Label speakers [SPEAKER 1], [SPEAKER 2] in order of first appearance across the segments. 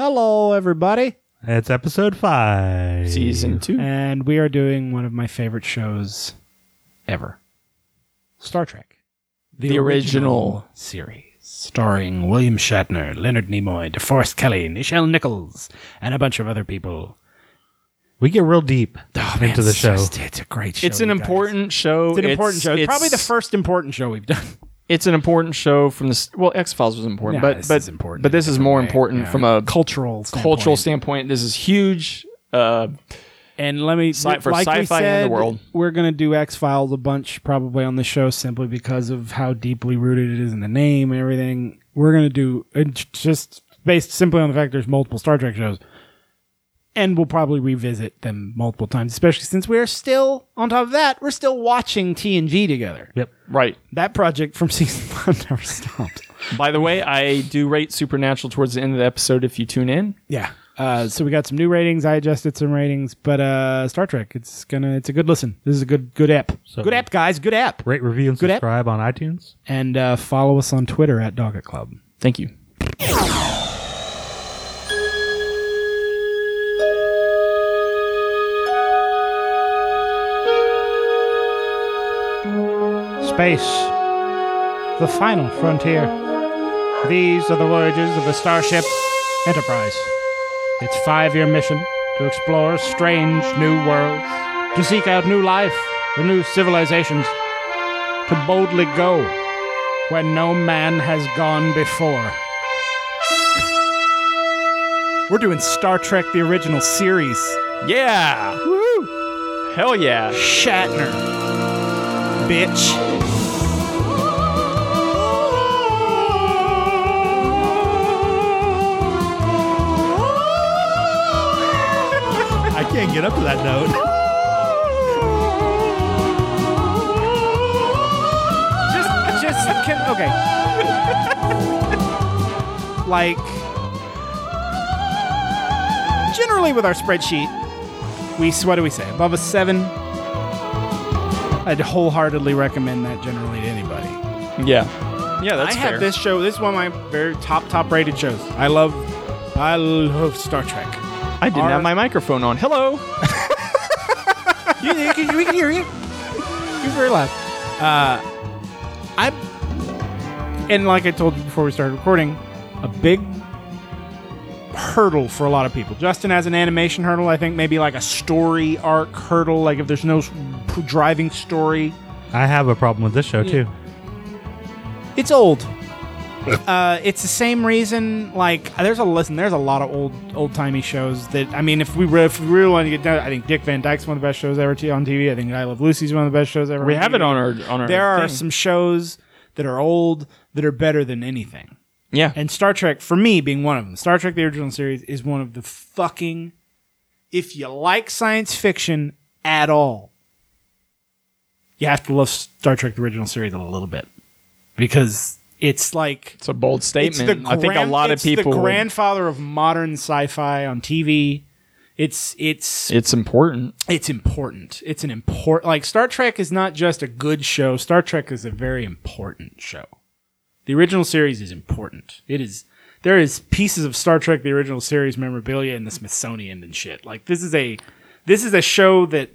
[SPEAKER 1] Hello, everybody.
[SPEAKER 2] It's episode five.
[SPEAKER 3] Season two.
[SPEAKER 1] And we are doing one of my favorite shows ever Star Trek.
[SPEAKER 3] The original.
[SPEAKER 1] series. Starring William Shatner, Leonard Nimoy, DeForest Kelly, Nichelle Nichols, and a bunch of other people.
[SPEAKER 2] We get real deep
[SPEAKER 3] Oh,
[SPEAKER 2] into the
[SPEAKER 1] it's
[SPEAKER 2] show.
[SPEAKER 1] just- it's a great show.
[SPEAKER 3] It's an
[SPEAKER 1] you guys.
[SPEAKER 3] important show.
[SPEAKER 1] It's an important show. It's
[SPEAKER 3] it's-
[SPEAKER 1] probably the first important show we've done.
[SPEAKER 3] It's an important show from the s- well, X Files was important,
[SPEAKER 1] Yeah,
[SPEAKER 3] but
[SPEAKER 1] this
[SPEAKER 3] but
[SPEAKER 1] is important
[SPEAKER 3] but
[SPEAKER 1] in a
[SPEAKER 3] this is
[SPEAKER 1] different
[SPEAKER 3] more
[SPEAKER 1] way.
[SPEAKER 3] important
[SPEAKER 1] Yeah.
[SPEAKER 3] from a
[SPEAKER 1] Cultural
[SPEAKER 3] cultural
[SPEAKER 1] standpoint.
[SPEAKER 3] standpoint. This is huge. Uh,
[SPEAKER 1] And let me
[SPEAKER 3] Sci- for
[SPEAKER 1] like we
[SPEAKER 3] sci-fi and the
[SPEAKER 1] said,
[SPEAKER 3] world.
[SPEAKER 1] We're gonna do X Files a bunch probably on the show simply because of how deeply rooted it is in the name and everything. We're gonna do it j- just based simply on the fact there's multiple Star Trek shows, and we'll probably revisit them multiple times, especially since we're still on top of that. We're still watching TNG together.
[SPEAKER 2] Yep.
[SPEAKER 3] right.
[SPEAKER 1] That project from season one never stopped.
[SPEAKER 3] By the way, I do rate Supernatural towards the end of the episode. If you tune in,
[SPEAKER 1] yeah. Uh, so we got some new ratings. I adjusted some ratings, but uh, Star Trek, it's gonna, it's a good listen. This is a good, good app.
[SPEAKER 2] So-
[SPEAKER 1] good app, guys. Good app.
[SPEAKER 2] Rate, review, and
[SPEAKER 1] Good app.
[SPEAKER 2] subscribe on iTunes.
[SPEAKER 1] and uh, follow us on Twitter at Doggett Club.
[SPEAKER 3] thank you.
[SPEAKER 4] Space. The final frontier. These are the voyages of the starship Enterprise. Its five year mission to explore strange new worlds, to seek out new life and new civilizations, to boldly go where no man has gone before.
[SPEAKER 1] We're doing Star Trek the original series.
[SPEAKER 3] Yeah. Woo. Hell yeah.
[SPEAKER 1] Shatner. Bitch.
[SPEAKER 2] I can't get up to that note.
[SPEAKER 1] Just just can okay. like generally with our spreadsheet, we s- what do we say? Above a 7. I'd wholeheartedly recommend that generally to anybody.
[SPEAKER 3] Yeah. Yeah. That's
[SPEAKER 1] I
[SPEAKER 3] fair.
[SPEAKER 1] have this show. This is one of my very top top rated shows. I love, I love Star Trek.
[SPEAKER 3] I didn't
[SPEAKER 1] Our-
[SPEAKER 3] have my microphone on. Hello.
[SPEAKER 1] you, you can, we can hear you. You're very loud. Uh, I'm, and like I told you before we started recording, a big hurdle for a lot of people. Justin has an animation hurdle. I think maybe like a story arc hurdle. Like if there's no s- p- driving story,
[SPEAKER 2] I have a problem with this show too.
[SPEAKER 1] it's old. Uh, it's the same reason. Like, there's a listen. There's a lot of old old timey shows that I mean, if we re- if we really want to get down, I think Dick Van Dyke's one of the best shows ever t- on TV. I think I Love Lucy's one of the best shows ever.
[SPEAKER 3] We have it
[SPEAKER 1] TV.
[SPEAKER 3] on our on our.
[SPEAKER 1] There are
[SPEAKER 3] thing.
[SPEAKER 1] some shows that are old that are better than anything,
[SPEAKER 3] Yeah.
[SPEAKER 1] and Star Trek for me being one of them. Star Trek: The Original Series is one of the fucking. If you like science fiction at all, you have to love Star Trek: The Original Series a little bit because it's like
[SPEAKER 3] It's a bold
[SPEAKER 1] it's
[SPEAKER 3] statement. I think a
[SPEAKER 1] grand-
[SPEAKER 3] lot of
[SPEAKER 1] it's the
[SPEAKER 3] people. would-
[SPEAKER 1] grandfather of modern sci-fi on TV. It's it's
[SPEAKER 3] it's important.
[SPEAKER 1] it's important. It's an important like Star Trek is not just a good show. Star Trek is a very important show. The original series is important. It is there is pieces of Star Trek the original series memorabilia in the Smithsonian and shit. Like this is a this is a show that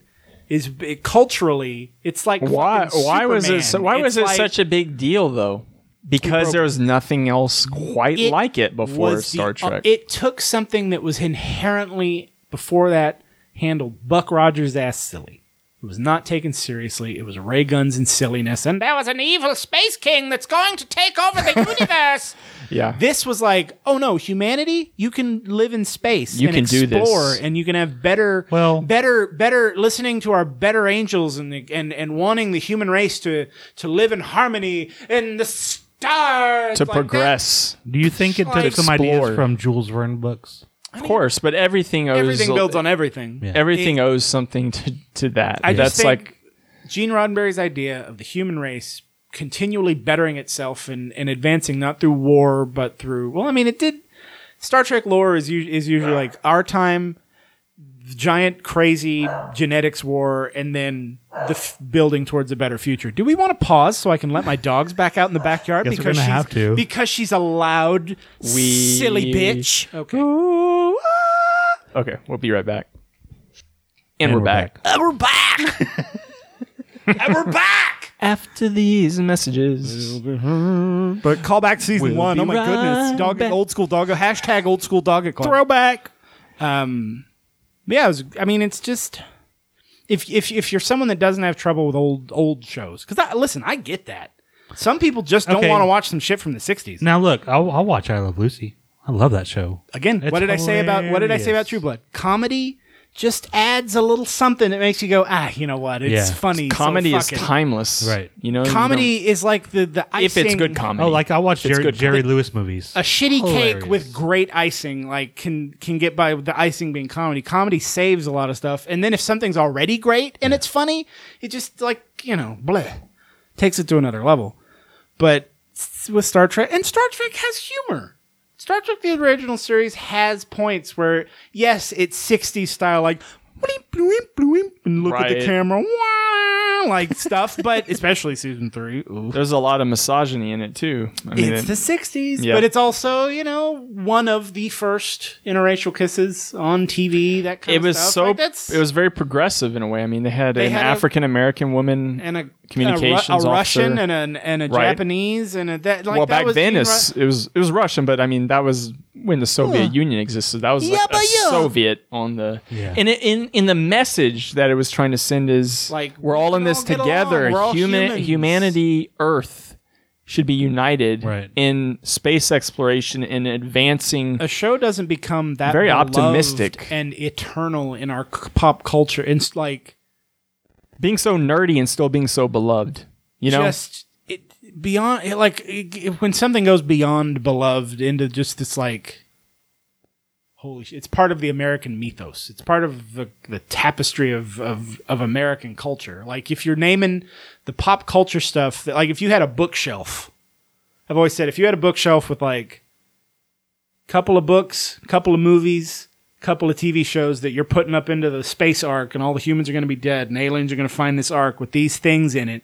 [SPEAKER 1] is it, culturally it's like
[SPEAKER 3] Why?
[SPEAKER 1] fucking
[SPEAKER 3] Why was
[SPEAKER 1] Superman.
[SPEAKER 3] it? so- Why was
[SPEAKER 1] It's
[SPEAKER 3] it
[SPEAKER 1] like-
[SPEAKER 3] such a big deal though? Because there was nothing else quite like it before
[SPEAKER 1] was the-
[SPEAKER 3] Star Trek.
[SPEAKER 1] uh, it took something that was inherently before that handled Buck Rogers ass silly. It was not taken seriously. It was ray guns and silliness, and there was an evil space king that's going to take over the universe.
[SPEAKER 3] yeah.
[SPEAKER 1] This was like, oh no, humanity! You can live in space.
[SPEAKER 3] You
[SPEAKER 1] and
[SPEAKER 3] can do this.
[SPEAKER 1] explore, and you can have better,
[SPEAKER 2] Well-
[SPEAKER 1] better, better. Listening to our better angels and the, and and wanting the human race to to live in harmony in the stars
[SPEAKER 3] to
[SPEAKER 1] like that.
[SPEAKER 3] progress,
[SPEAKER 2] Do you think it took
[SPEAKER 1] Like-
[SPEAKER 2] some ideas
[SPEAKER 3] Explore.
[SPEAKER 2] from Jules Verne books?
[SPEAKER 3] of course. But everything owes
[SPEAKER 1] Everything builds on everything.
[SPEAKER 3] everything owes something to to that.
[SPEAKER 1] I
[SPEAKER 3] That's
[SPEAKER 1] just think
[SPEAKER 3] like
[SPEAKER 1] Gene Roddenberry's idea of the human race continually bettering itself and, and advancing not through war but through well, I mean it did. Star Trek lore is u- is usually like our time the giant crazy genetics war and then the f- building towards a better future. Do we want to pause so I can let my dogs back out in the backyard
[SPEAKER 2] Guess we're gonna
[SPEAKER 1] she's
[SPEAKER 2] have to.
[SPEAKER 1] because she's a loud
[SPEAKER 3] We-
[SPEAKER 1] silly bitch. Okay.
[SPEAKER 3] Okay, we'll be right back. And, we're,
[SPEAKER 2] we're
[SPEAKER 3] back.
[SPEAKER 1] And we're back. and we're back.
[SPEAKER 3] After these messages.
[SPEAKER 1] But call back to season
[SPEAKER 3] We'll
[SPEAKER 1] one.
[SPEAKER 3] be
[SPEAKER 1] Oh my
[SPEAKER 3] right
[SPEAKER 1] goodness. Dog
[SPEAKER 3] back.
[SPEAKER 1] old school doggo. Hashtag old school doggo club.
[SPEAKER 3] Throwback.
[SPEAKER 1] Um, yeah, it was, I mean, it's just if if if you're someone that doesn't have trouble with old old shows, because I, listen, I get that. Some people just don't
[SPEAKER 2] Okay.
[SPEAKER 1] want to watch some shit from the '60s.
[SPEAKER 2] Now look, I'll, I'll watch I Love Lucy. I love that show.
[SPEAKER 1] Again,
[SPEAKER 2] It's
[SPEAKER 1] what did I say about what did I say about
[SPEAKER 2] hilarious.
[SPEAKER 1] True Blood? Comedy just adds a little something that makes you go, ah, you know what? It's
[SPEAKER 2] Yeah.
[SPEAKER 1] funny. so
[SPEAKER 3] Comedy is
[SPEAKER 1] fuck it."
[SPEAKER 3] timeless.
[SPEAKER 2] Right.
[SPEAKER 3] You know? you
[SPEAKER 1] Comedy is like the the
[SPEAKER 3] don't- If it's
[SPEAKER 1] icing-
[SPEAKER 3] good comedy.
[SPEAKER 2] Oh, like I watch
[SPEAKER 3] It's
[SPEAKER 2] Jerry,
[SPEAKER 3] good.
[SPEAKER 2] Jerry Lewis movies.
[SPEAKER 1] a shitty
[SPEAKER 2] Hilarious.
[SPEAKER 1] cake with great icing like can can get by with the icing being comedy comedy saves a lot of stuff and then if something's already great and it's funny it just like you know bleh takes it to another level but s- with star trek and star trek has humor star trek the original series has points where yes it's 60s style like bleep, bleep, bleep, and look at
[SPEAKER 3] Right.
[SPEAKER 1] the camera wah, like stuff but especially season three ooh.
[SPEAKER 3] There's a lot of misogyny in it, too. I mean,
[SPEAKER 1] It's
[SPEAKER 3] it-
[SPEAKER 1] the 60s,
[SPEAKER 3] Yeah.
[SPEAKER 1] but it's also, you know, one of the first interracial kisses on TV, that kind
[SPEAKER 3] it
[SPEAKER 1] of
[SPEAKER 3] was
[SPEAKER 1] stuff.
[SPEAKER 3] so
[SPEAKER 1] Like, that's,
[SPEAKER 3] it was very progressive in a way. I mean, they had an
[SPEAKER 1] had a-
[SPEAKER 3] African American woman.
[SPEAKER 1] and a,
[SPEAKER 3] communications
[SPEAKER 1] a, Ru- a
[SPEAKER 3] officer.
[SPEAKER 1] Russian and an and a
[SPEAKER 3] Right.
[SPEAKER 1] Japanese and a that like
[SPEAKER 3] well,
[SPEAKER 1] that
[SPEAKER 3] back
[SPEAKER 1] was
[SPEAKER 3] then
[SPEAKER 1] in Ru-
[SPEAKER 3] it's, it was it was Russian, but I mean that was when the Soviet Union existed. That was like
[SPEAKER 1] Yeah,
[SPEAKER 3] a
[SPEAKER 1] but yeah.
[SPEAKER 3] Soviet on the
[SPEAKER 2] Yeah.
[SPEAKER 3] and it, in in the message that it was trying to send is
[SPEAKER 1] Like,
[SPEAKER 3] we're
[SPEAKER 1] we
[SPEAKER 3] all in
[SPEAKER 1] can
[SPEAKER 3] this
[SPEAKER 1] all get
[SPEAKER 3] together.
[SPEAKER 1] along. We're all
[SPEAKER 3] Human
[SPEAKER 1] humans.
[SPEAKER 3] humanity, Earth should be united
[SPEAKER 2] Right.
[SPEAKER 3] in space exploration and advancing.
[SPEAKER 1] a show doesn't become that
[SPEAKER 3] Very
[SPEAKER 1] beloved
[SPEAKER 3] optimistic.
[SPEAKER 1] and eternal in our c- pop culture. It's like
[SPEAKER 3] being so nerdy and still being so beloved. You know,
[SPEAKER 1] just it beyond it, like it, it- when something goes beyond beloved into just this like holy shit, it's part of the american mythos it's part of the, the tapestry of, of of american culture like if you're naming the pop culture stuff that, like if you had a bookshelf i've always said if you had a bookshelf with like couple of books couple of movies couple of tv shows that you're putting up into the space arc and all the humans are going to be dead and aliens are going to find this arc with these things in it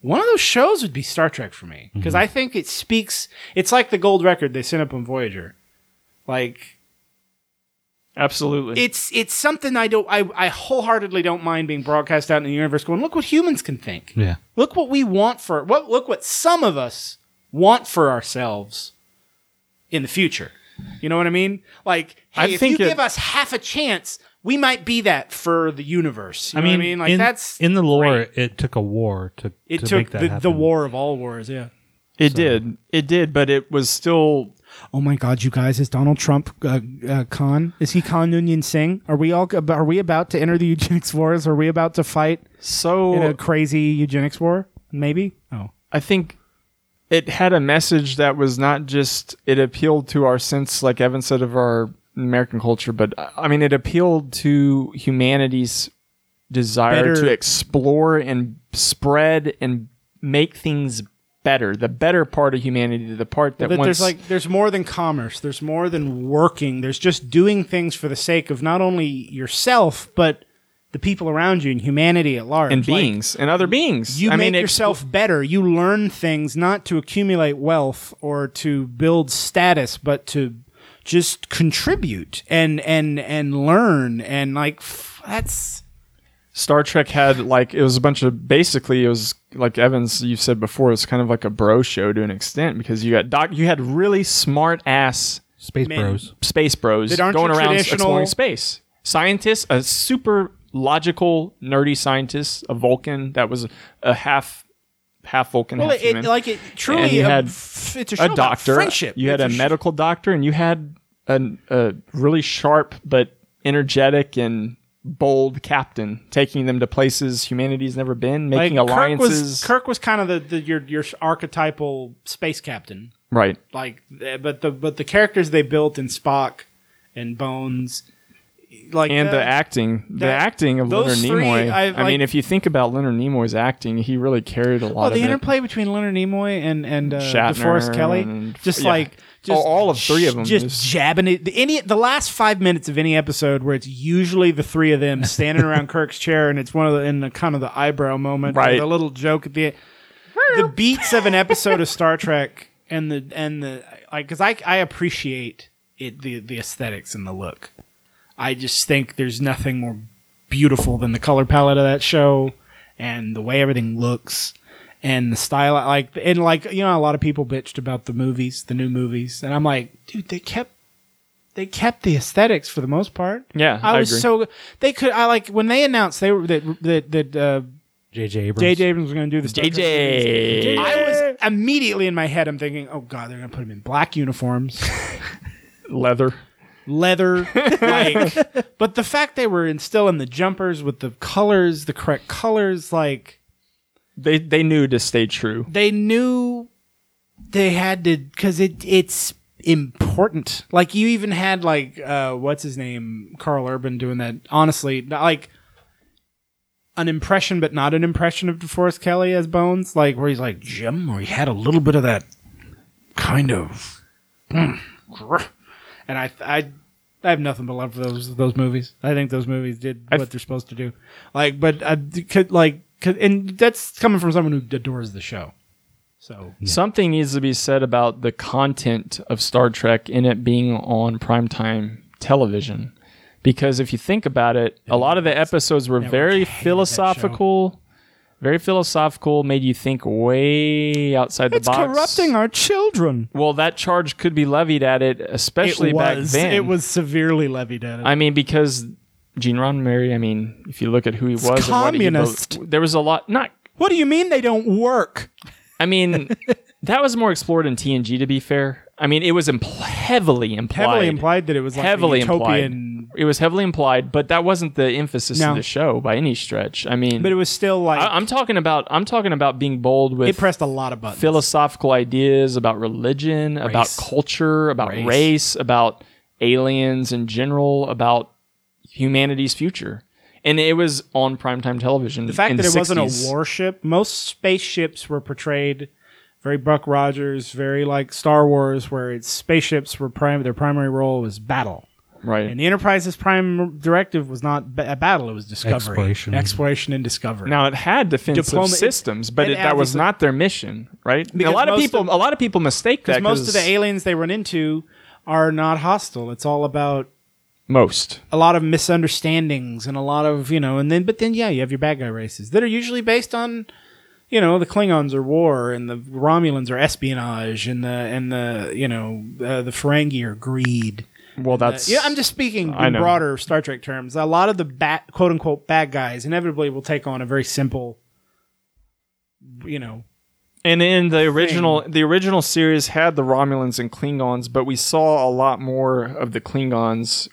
[SPEAKER 1] one of those shows would be Star Trek for me because
[SPEAKER 2] Mm-hmm.
[SPEAKER 1] I think it speaks. It's like the gold record they sent up on Voyager. Like
[SPEAKER 3] absolutely.
[SPEAKER 1] it's it's something I don't I, I wholeheartedly don't mind being broadcast out in the universe. Going look what humans can think.
[SPEAKER 2] yeah.
[SPEAKER 1] Look what we want for what look what some of us want for ourselves in the future. You know what I mean? Like hey,
[SPEAKER 3] I
[SPEAKER 1] if
[SPEAKER 3] think
[SPEAKER 1] you
[SPEAKER 3] it-
[SPEAKER 1] give us half a chance, we might be that for the universe. You know what I mean? Like
[SPEAKER 2] in,
[SPEAKER 1] that's
[SPEAKER 2] in the lore. It took a war to
[SPEAKER 1] it
[SPEAKER 2] to
[SPEAKER 1] took
[SPEAKER 2] make that
[SPEAKER 1] the, the
[SPEAKER 2] happen.
[SPEAKER 1] war of all wars. Yeah.
[SPEAKER 3] It did. It did, but it was still
[SPEAKER 1] Oh my God, you guys! Is Donald Trump uh, uh, Khan? Is he Khan Noonien Singh? Are we all? Are we about to enter the eugenics wars? Are we about to fight in a
[SPEAKER 3] so
[SPEAKER 1] crazy eugenics war? Maybe. Oh,
[SPEAKER 3] I think it had a message that was not just it appealed to our sense like Evan said of our American culture, but I mean it appealed to humanity's desire
[SPEAKER 1] Better-
[SPEAKER 3] to explore and spread and make things better. The better part of humanity, the part that
[SPEAKER 1] that
[SPEAKER 3] wants
[SPEAKER 1] there's like there's more than commerce. There's more than working. There's just doing things for the sake of not only yourself but the people around you and humanity at large.
[SPEAKER 3] and
[SPEAKER 1] Like,
[SPEAKER 3] beings and other beings.
[SPEAKER 1] you
[SPEAKER 3] I
[SPEAKER 1] make
[SPEAKER 3] mean, ex-
[SPEAKER 1] yourself better. You learn things not to accumulate wealth or to build status, but to just contribute and and and learn and like f- that's
[SPEAKER 3] Star Trek had like it was a bunch of basically it was like Evans you said before it was kind of like a bro show to an extent because you got doc you had really smart ass
[SPEAKER 2] Space
[SPEAKER 1] Man.
[SPEAKER 2] Bros.
[SPEAKER 3] space bros
[SPEAKER 1] That aren't
[SPEAKER 3] going
[SPEAKER 1] your
[SPEAKER 3] around
[SPEAKER 1] traditional-
[SPEAKER 3] exploring space scientists a super logical nerdy scientist a Vulcan that was a half half Vulcan
[SPEAKER 1] well,
[SPEAKER 3] half
[SPEAKER 1] it,
[SPEAKER 3] human
[SPEAKER 1] like it truly
[SPEAKER 3] And you
[SPEAKER 1] a,
[SPEAKER 3] had
[SPEAKER 1] f- it's a, show
[SPEAKER 3] a
[SPEAKER 1] about
[SPEAKER 3] doctor
[SPEAKER 1] friendship.
[SPEAKER 3] you had
[SPEAKER 1] It's
[SPEAKER 3] a
[SPEAKER 1] sh-
[SPEAKER 3] medical doctor and you had an, a really sharp but energetic and bold captain taking them to places humanity's never been
[SPEAKER 1] like,
[SPEAKER 3] making alliances
[SPEAKER 1] Kirk was Kirk was kind of the, the your your archetypal space captain.
[SPEAKER 3] right
[SPEAKER 1] like eh, but the but the characters they built in Spock and Bones like
[SPEAKER 3] and the
[SPEAKER 1] that-
[SPEAKER 3] acting the
[SPEAKER 1] that-
[SPEAKER 3] acting of leonard
[SPEAKER 1] those three,
[SPEAKER 3] nimoy
[SPEAKER 1] I,
[SPEAKER 3] i,
[SPEAKER 1] like-
[SPEAKER 3] mean if you think about leonard nimoy's acting he really carried a lot
[SPEAKER 1] Well,
[SPEAKER 3] of
[SPEAKER 1] the
[SPEAKER 3] it
[SPEAKER 1] interplay between Leonard Nimoy and and uh,
[SPEAKER 3] Shatner
[SPEAKER 1] DeForest Kelly,
[SPEAKER 3] and-
[SPEAKER 1] just
[SPEAKER 3] yeah.
[SPEAKER 1] like Just
[SPEAKER 3] oh, all of three of them.
[SPEAKER 1] Just
[SPEAKER 3] is-
[SPEAKER 1] jabbing it. The, any the last five minutes of any episode where it's usually the three of them standing around Kirk's chair, and it's one of the in the kind of the eyebrow moment, or
[SPEAKER 3] Right.
[SPEAKER 1] The little joke at the end. the beats of an episode of Star Trek, and the and the like, because I I appreciate it the the aesthetics and the look. I just think there's nothing more beautiful than the color palette of that show and the way everything looks and the style like and like you know a lot of people bitched about the movies the new movies and i'm like dude they kept they kept the aesthetics for the most part
[SPEAKER 3] Yeah,
[SPEAKER 1] i,
[SPEAKER 3] I
[SPEAKER 1] was
[SPEAKER 3] agree.
[SPEAKER 1] so they could i like when they announced they were that that, that uh
[SPEAKER 5] JJ Abrams.
[SPEAKER 1] jj abrams was going to do the Star Trek
[SPEAKER 3] JJ.
[SPEAKER 1] I was immediately in my head. I'm thinking, oh god, they're gonna put him in black uniforms,
[SPEAKER 3] leather.
[SPEAKER 1] leather. like, but the fact they were in, still in the jumpers with the colors, the correct colors, like
[SPEAKER 3] They they knew to stay true.
[SPEAKER 1] they knew they had to because it it's important. Like you even had like uh, what's his name, Carl Urban doing that. Honestly, not- like an impression, but not an impression of DeForest Kelly as Bones. Like where he's like Jim, where he had a little bit of that kind of. mm, grr." And I I. I have nothing but love for those those movies. I think those movies did
[SPEAKER 3] I've-
[SPEAKER 1] what they're supposed to do. Like, but I could like, could, and that's coming from someone who adores the show. So
[SPEAKER 3] Something needs to be said about the content of Star Trek in it being on primetime television. Because if you think about it, a lot of the episodes were very philosophical, very philosophical, made you think way outside the box.
[SPEAKER 1] our children.
[SPEAKER 3] Well, that charge could be levied at it, especially
[SPEAKER 1] It
[SPEAKER 3] back
[SPEAKER 1] was.
[SPEAKER 3] then.
[SPEAKER 1] It was severely levied at it.
[SPEAKER 3] I mean, because Gene Roddenberry. I mean, if you look at who he was, and what he
[SPEAKER 1] communist.
[SPEAKER 3] wrote, there was a lot. Not.
[SPEAKER 1] what do you mean they don't work?
[SPEAKER 3] I mean, that was more explored in TNG. To be fair, I mean, it was impl- heavily implied.
[SPEAKER 1] Heavily implied that it was like
[SPEAKER 3] Heavily
[SPEAKER 1] a utopian,
[SPEAKER 3] implied. It was heavily implied, but that wasn't the emphasis
[SPEAKER 1] No.
[SPEAKER 3] of the show by any stretch. I mean,
[SPEAKER 1] but it was still like
[SPEAKER 3] I, I'm talking about. I'm talking about being bold with
[SPEAKER 1] it pressed a lot of buttons.
[SPEAKER 3] philosophical ideas about religion, about culture, about race. about aliens in general, about humanity's future. And it was on primetime television.
[SPEAKER 1] the fact
[SPEAKER 3] in
[SPEAKER 1] that it
[SPEAKER 3] the
[SPEAKER 1] wasn't a
[SPEAKER 3] 60s.
[SPEAKER 1] warship. Most spaceships were portrayed very Buck Rogers, very like Star Wars, where its spaceships were prime. Their primary role was battle.
[SPEAKER 3] right?
[SPEAKER 1] And the Enterprise's prime directive was not ba- a battle; it was discovery,
[SPEAKER 5] Exploration.
[SPEAKER 1] exploration and discovery.
[SPEAKER 3] now it had defensive
[SPEAKER 1] Diploma-
[SPEAKER 3] systems, but
[SPEAKER 1] it-
[SPEAKER 3] it,
[SPEAKER 1] it
[SPEAKER 3] that was
[SPEAKER 1] obviously-
[SPEAKER 3] not their mission, right? And A
[SPEAKER 1] Because
[SPEAKER 3] lot of
[SPEAKER 1] most
[SPEAKER 3] people,
[SPEAKER 1] of-
[SPEAKER 3] a lot of people mistake that.
[SPEAKER 1] because most of
[SPEAKER 3] 'cause
[SPEAKER 1] the aliens they run into are not hostile. It's all about
[SPEAKER 3] most
[SPEAKER 1] a lot of misunderstandings and a lot of you know, and then but then yeah, you have your bad guy races that are usually based on you know the Klingons are war and the Romulans are espionage and the and the you know uh, the Ferengi are greed.
[SPEAKER 3] well, that's
[SPEAKER 1] Uh, Yeah, I'm just speaking
[SPEAKER 3] I
[SPEAKER 1] in
[SPEAKER 3] know.
[SPEAKER 1] broader Star Trek terms. A lot of the bad, quote unquote bad guys inevitably will take on a very simple, you know,
[SPEAKER 3] And in the original, the original series had the Romulans and Klingons, but we saw a lot more of the Klingons'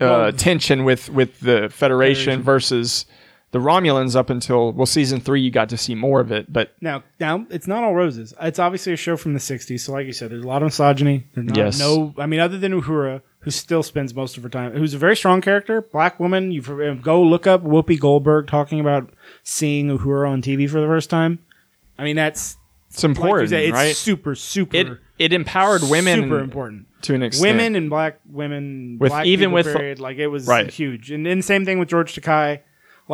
[SPEAKER 3] uh, tension with with the Federation, versus the Romulans. Up until well, season three, you got to see more of it, but
[SPEAKER 1] Now, now it's not all roses. It's obviously a show from the '60s, so like you said, there's a lot of misogyny. There's not,
[SPEAKER 3] Yes.
[SPEAKER 1] No, I mean, other than Uhura, who still spends most of her time, who's a very strong character, black woman. You go look up Whoopi Goldberg talking about seeing Uhura on TV for the first time. I mean, that's
[SPEAKER 3] it's
[SPEAKER 1] like you
[SPEAKER 3] important,
[SPEAKER 1] said, it's
[SPEAKER 3] right?
[SPEAKER 1] super, super,
[SPEAKER 3] it it empowered women
[SPEAKER 1] super important.
[SPEAKER 3] to an extent.
[SPEAKER 1] Women and black women,
[SPEAKER 3] With-
[SPEAKER 1] black
[SPEAKER 3] even
[SPEAKER 1] people
[SPEAKER 3] with-
[SPEAKER 1] period, like it was
[SPEAKER 3] Right.
[SPEAKER 1] huge. And then same thing with George Takai,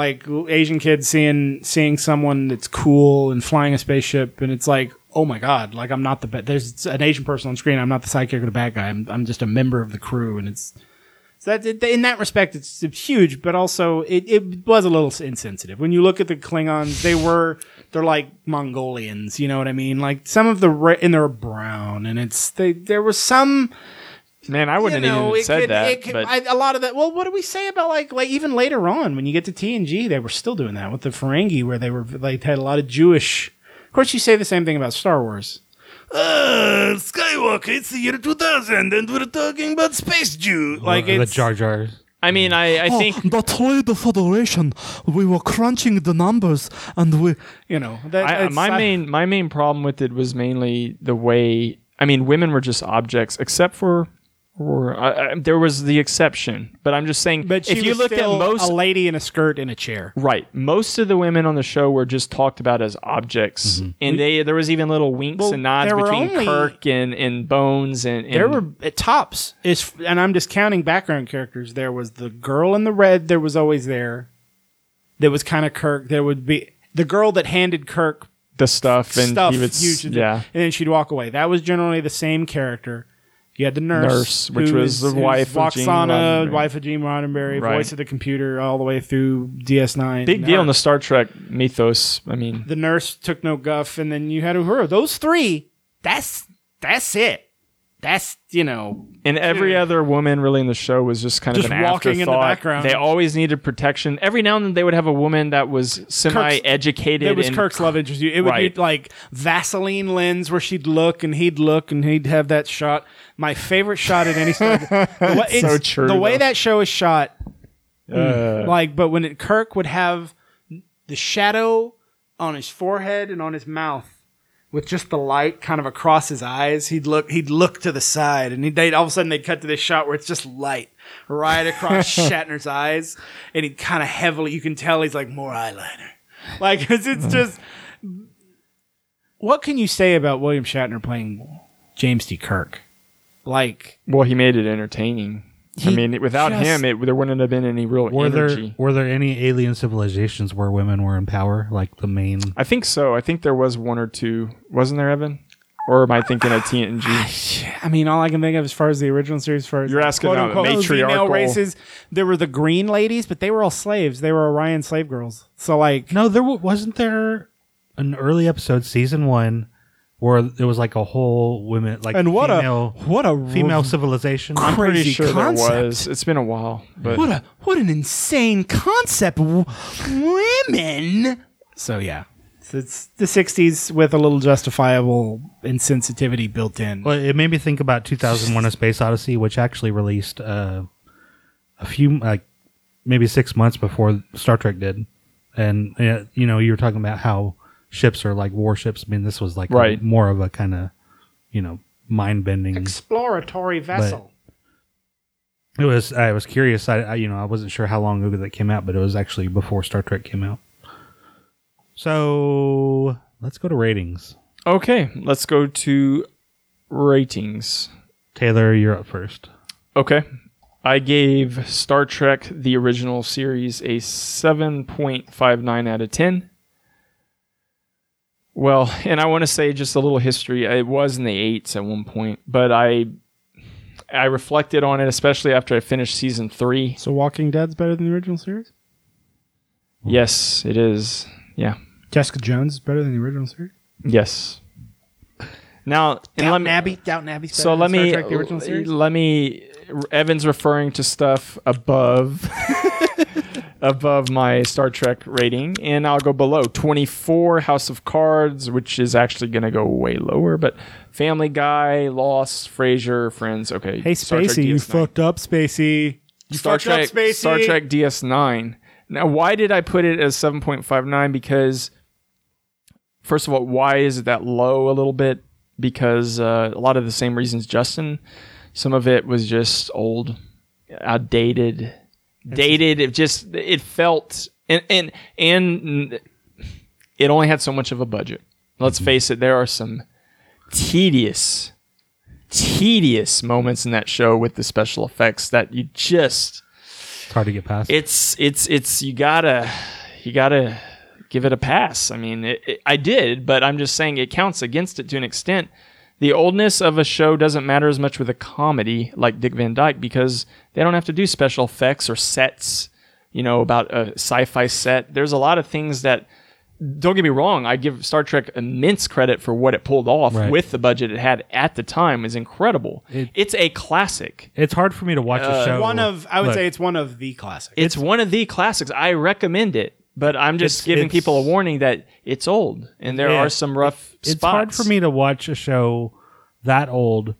[SPEAKER 1] like Asian kids seeing seeing someone that's cool and flying a spaceship, and it's like, oh my god, like I'm not the bad. There's an Asian person on screen. I'm not the sidekick or the bad guy. I'm I'm just a member of the crew, and it's. So that, in that respect, it's, it's huge, but also it, it was a little insensitive. When you look at the Klingons, they were they're like Mongolians, you know what I mean? Like some of the ra- and they're brown, and it's they there was some
[SPEAKER 3] Man, I wouldn't have even
[SPEAKER 1] it
[SPEAKER 3] said
[SPEAKER 1] could-
[SPEAKER 3] that.
[SPEAKER 1] it could-
[SPEAKER 3] but
[SPEAKER 1] I- a lot of that. Well, what do we say about like like even later on when you get to T and G, they were still doing that with the Ferengi, where they were like had a lot of Jewish. Of course, you say the same thing about Star Wars.
[SPEAKER 2] Uh, Skywalker, it's the year 2000, and we're talking about space Jew.
[SPEAKER 1] Like
[SPEAKER 5] the
[SPEAKER 1] it's
[SPEAKER 5] Jar Jar.
[SPEAKER 3] I mean, I, I
[SPEAKER 1] Oh.
[SPEAKER 3] think
[SPEAKER 2] That's why the Federation, we were crunching the numbers, and we...
[SPEAKER 1] you know that,
[SPEAKER 3] I,
[SPEAKER 1] that's-
[SPEAKER 3] my
[SPEAKER 1] I- uh,
[SPEAKER 3] main my main problem with it was mainly the way I mean women were just objects except for Or I, I, there was the exception, but I'm just saying.
[SPEAKER 1] But she
[SPEAKER 3] if you
[SPEAKER 1] was
[SPEAKER 3] look at
[SPEAKER 1] still
[SPEAKER 3] most
[SPEAKER 1] a lady in a skirt in a chair.
[SPEAKER 3] Right. Most of the women on the show were just talked about as objects, and they there was even little winks
[SPEAKER 1] Well,
[SPEAKER 3] and nods
[SPEAKER 1] there were
[SPEAKER 3] between
[SPEAKER 1] only-
[SPEAKER 3] Kirk and, and Bones and, and
[SPEAKER 1] There were at tops is, Mm. and I'm just counting background characters. There was the girl in the red. There was always there. There was kind of Kirk. There would be the girl that handed Kirk
[SPEAKER 3] the stuff and
[SPEAKER 1] stuff.
[SPEAKER 3] he was
[SPEAKER 1] you should-
[SPEAKER 3] yeah
[SPEAKER 1] and then she'd walk away. That was generally the same character. You had the nurse,
[SPEAKER 3] Nurse, which
[SPEAKER 1] who
[SPEAKER 3] was
[SPEAKER 1] is-
[SPEAKER 3] the
[SPEAKER 1] who's
[SPEAKER 3] wife of Gene
[SPEAKER 1] Waxana,
[SPEAKER 3] Roddenberry.
[SPEAKER 1] wife of Gene Roddenberry,
[SPEAKER 3] Right.
[SPEAKER 1] voice of the computer, all the way through DS9.
[SPEAKER 3] big
[SPEAKER 1] And
[SPEAKER 3] deal
[SPEAKER 1] her-
[SPEAKER 3] in the Star Trek mythos. I mean,
[SPEAKER 1] Uh, the nurse took no guff, and then you had Uhura. Those three, that's that's it. That's you know,
[SPEAKER 3] and every other woman really in the show was just kind
[SPEAKER 1] Just
[SPEAKER 3] of an
[SPEAKER 1] walking in the
[SPEAKER 3] afterthought.
[SPEAKER 1] background.
[SPEAKER 3] They always needed protection. Every now and then they would have a woman that was semi-educated.
[SPEAKER 1] it was
[SPEAKER 3] and,
[SPEAKER 1] Kirk's love interest. It would
[SPEAKER 3] Right.
[SPEAKER 1] be like Vaseline lens where she'd look and he'd look and he'd have that shot. My favorite shot at any Star. the way, it's-
[SPEAKER 3] so true,
[SPEAKER 1] The way
[SPEAKER 3] though.
[SPEAKER 1] that show is shot, mm,
[SPEAKER 3] uh,
[SPEAKER 1] like but when it, kirk would have the shadow on his forehead and on his mouth with just the light kind of across his eyes he'd look he'd look to the side and he'd, they'd all of a sudden they'd cut to this shot where it's just light right across shatner's eyes and he'd kind of heavily you can tell he's like more eyeliner like 'cause
[SPEAKER 3] Mm.
[SPEAKER 1] it's just what can you say about william shatner playing james d kirk like
[SPEAKER 3] well, he made it entertaining. I
[SPEAKER 1] He
[SPEAKER 3] mean, without
[SPEAKER 1] just-
[SPEAKER 3] him, it, there wouldn't have been any real
[SPEAKER 2] Were
[SPEAKER 3] energy.
[SPEAKER 2] there were there any alien civilizations where women were in power, like the main?
[SPEAKER 3] I think so. I think there was one or two. Wasn't there, Evan? Or am I thinking of TNG?
[SPEAKER 1] I mean, all I can think of as far as the original series, as far as
[SPEAKER 3] You're asking about
[SPEAKER 1] quote-unquote
[SPEAKER 3] matriarchal-
[SPEAKER 1] female races, there were the green ladies, but they were all slaves. They were Orion slave girls. So like,
[SPEAKER 2] No, there w- wasn't there an early episode, season one, where there was like a whole women like
[SPEAKER 1] and what
[SPEAKER 2] female,
[SPEAKER 1] a what a
[SPEAKER 2] female civilization.
[SPEAKER 1] I'm pretty
[SPEAKER 3] Pretty
[SPEAKER 1] crazy
[SPEAKER 3] sure
[SPEAKER 1] concept.
[SPEAKER 3] there was. It's been a while, but
[SPEAKER 1] what a what an insane concept, W- women. So yeah, so it's the '60s with a little justifiable insensitivity built in.
[SPEAKER 2] Well, it made me think about 2001: A Space Odyssey, which actually released uh, a few, like maybe six months before Star Trek did. And uh, you know, you were talking about how ships are like warships. I mean, this was like a-
[SPEAKER 3] Right.
[SPEAKER 2] more of a kind of you know mind bending.
[SPEAKER 1] Exploratory vessel.
[SPEAKER 2] it was. I was curious. I, I you know I wasn't sure how long ago that came out, but it was actually before Star Trek came out. So let's go to ratings.
[SPEAKER 3] okay. Let's go to ratings.
[SPEAKER 2] Taylor, you're up first.
[SPEAKER 3] Okay. I gave Star Trek the original series a 7.59 out of 10. Well, and I want to say just a little history. It was in the 8s at one point, but I I reflected on it especially after I finished season 3.
[SPEAKER 1] So Walking Dead's better than the original series.
[SPEAKER 3] Yes, it is. Yeah.
[SPEAKER 1] Jessica Jones is better than the original series.
[SPEAKER 3] Yes. Now, and let
[SPEAKER 1] Downton
[SPEAKER 3] me,
[SPEAKER 1] Abbey. Downton Abbey's better
[SPEAKER 3] so
[SPEAKER 1] than
[SPEAKER 3] let
[SPEAKER 1] Star
[SPEAKER 3] me
[SPEAKER 1] Trek, the original series.
[SPEAKER 3] let me. Evan's referring to stuff above above my Star Trek rating, and I'll go below twenty four House of Cards, which is actually going to go way lower. But Family Guy, Lost, Frasier, Friends. Okay,
[SPEAKER 1] Hey,
[SPEAKER 3] Star Trek
[SPEAKER 1] Spacey, you
[SPEAKER 3] DS9.
[SPEAKER 1] fucked up, Spacey. You
[SPEAKER 3] Star
[SPEAKER 1] fucked up,
[SPEAKER 3] Trek,
[SPEAKER 1] Spacey.
[SPEAKER 3] Star Trek DS9. Now, why did I put it as 7.59? Because, first of all, why is it that low a little bit? Because uh, a lot of the same reasons, Justin. Some of it was just old, outdated, dated. It just it felt and and and it only had so much of a budget. Let's
[SPEAKER 1] Mm-hmm.
[SPEAKER 3] face it, there are some tedious tedious moments in that show with the special effects that you just
[SPEAKER 2] It's hard to get past.
[SPEAKER 3] it's it's it's you gotta you gotta give it a pass i mean it, it, i did but i'm just saying it counts against it to an extent the oldness of a show doesn't matter as much with a comedy like dick van dyke because they don't have to do special effects or sets you know about a sci-fi set there's a lot of things that don't get me wrong i give star trek immense credit for what it pulled off
[SPEAKER 2] Right.
[SPEAKER 3] with the budget it had at the time is incredible it's a classic
[SPEAKER 2] It's hard for me to watch a show.
[SPEAKER 1] One of, I would
[SPEAKER 2] Look,
[SPEAKER 1] say it's one of the classics.
[SPEAKER 3] it's, one of the classics. I recommend it, but I'm just
[SPEAKER 2] It's-
[SPEAKER 3] giving
[SPEAKER 2] it's-
[SPEAKER 3] people a warning that it's old and there
[SPEAKER 2] Yeah.
[SPEAKER 3] are some rough
[SPEAKER 2] it's
[SPEAKER 3] spots.
[SPEAKER 2] hard for me to watch a show that old,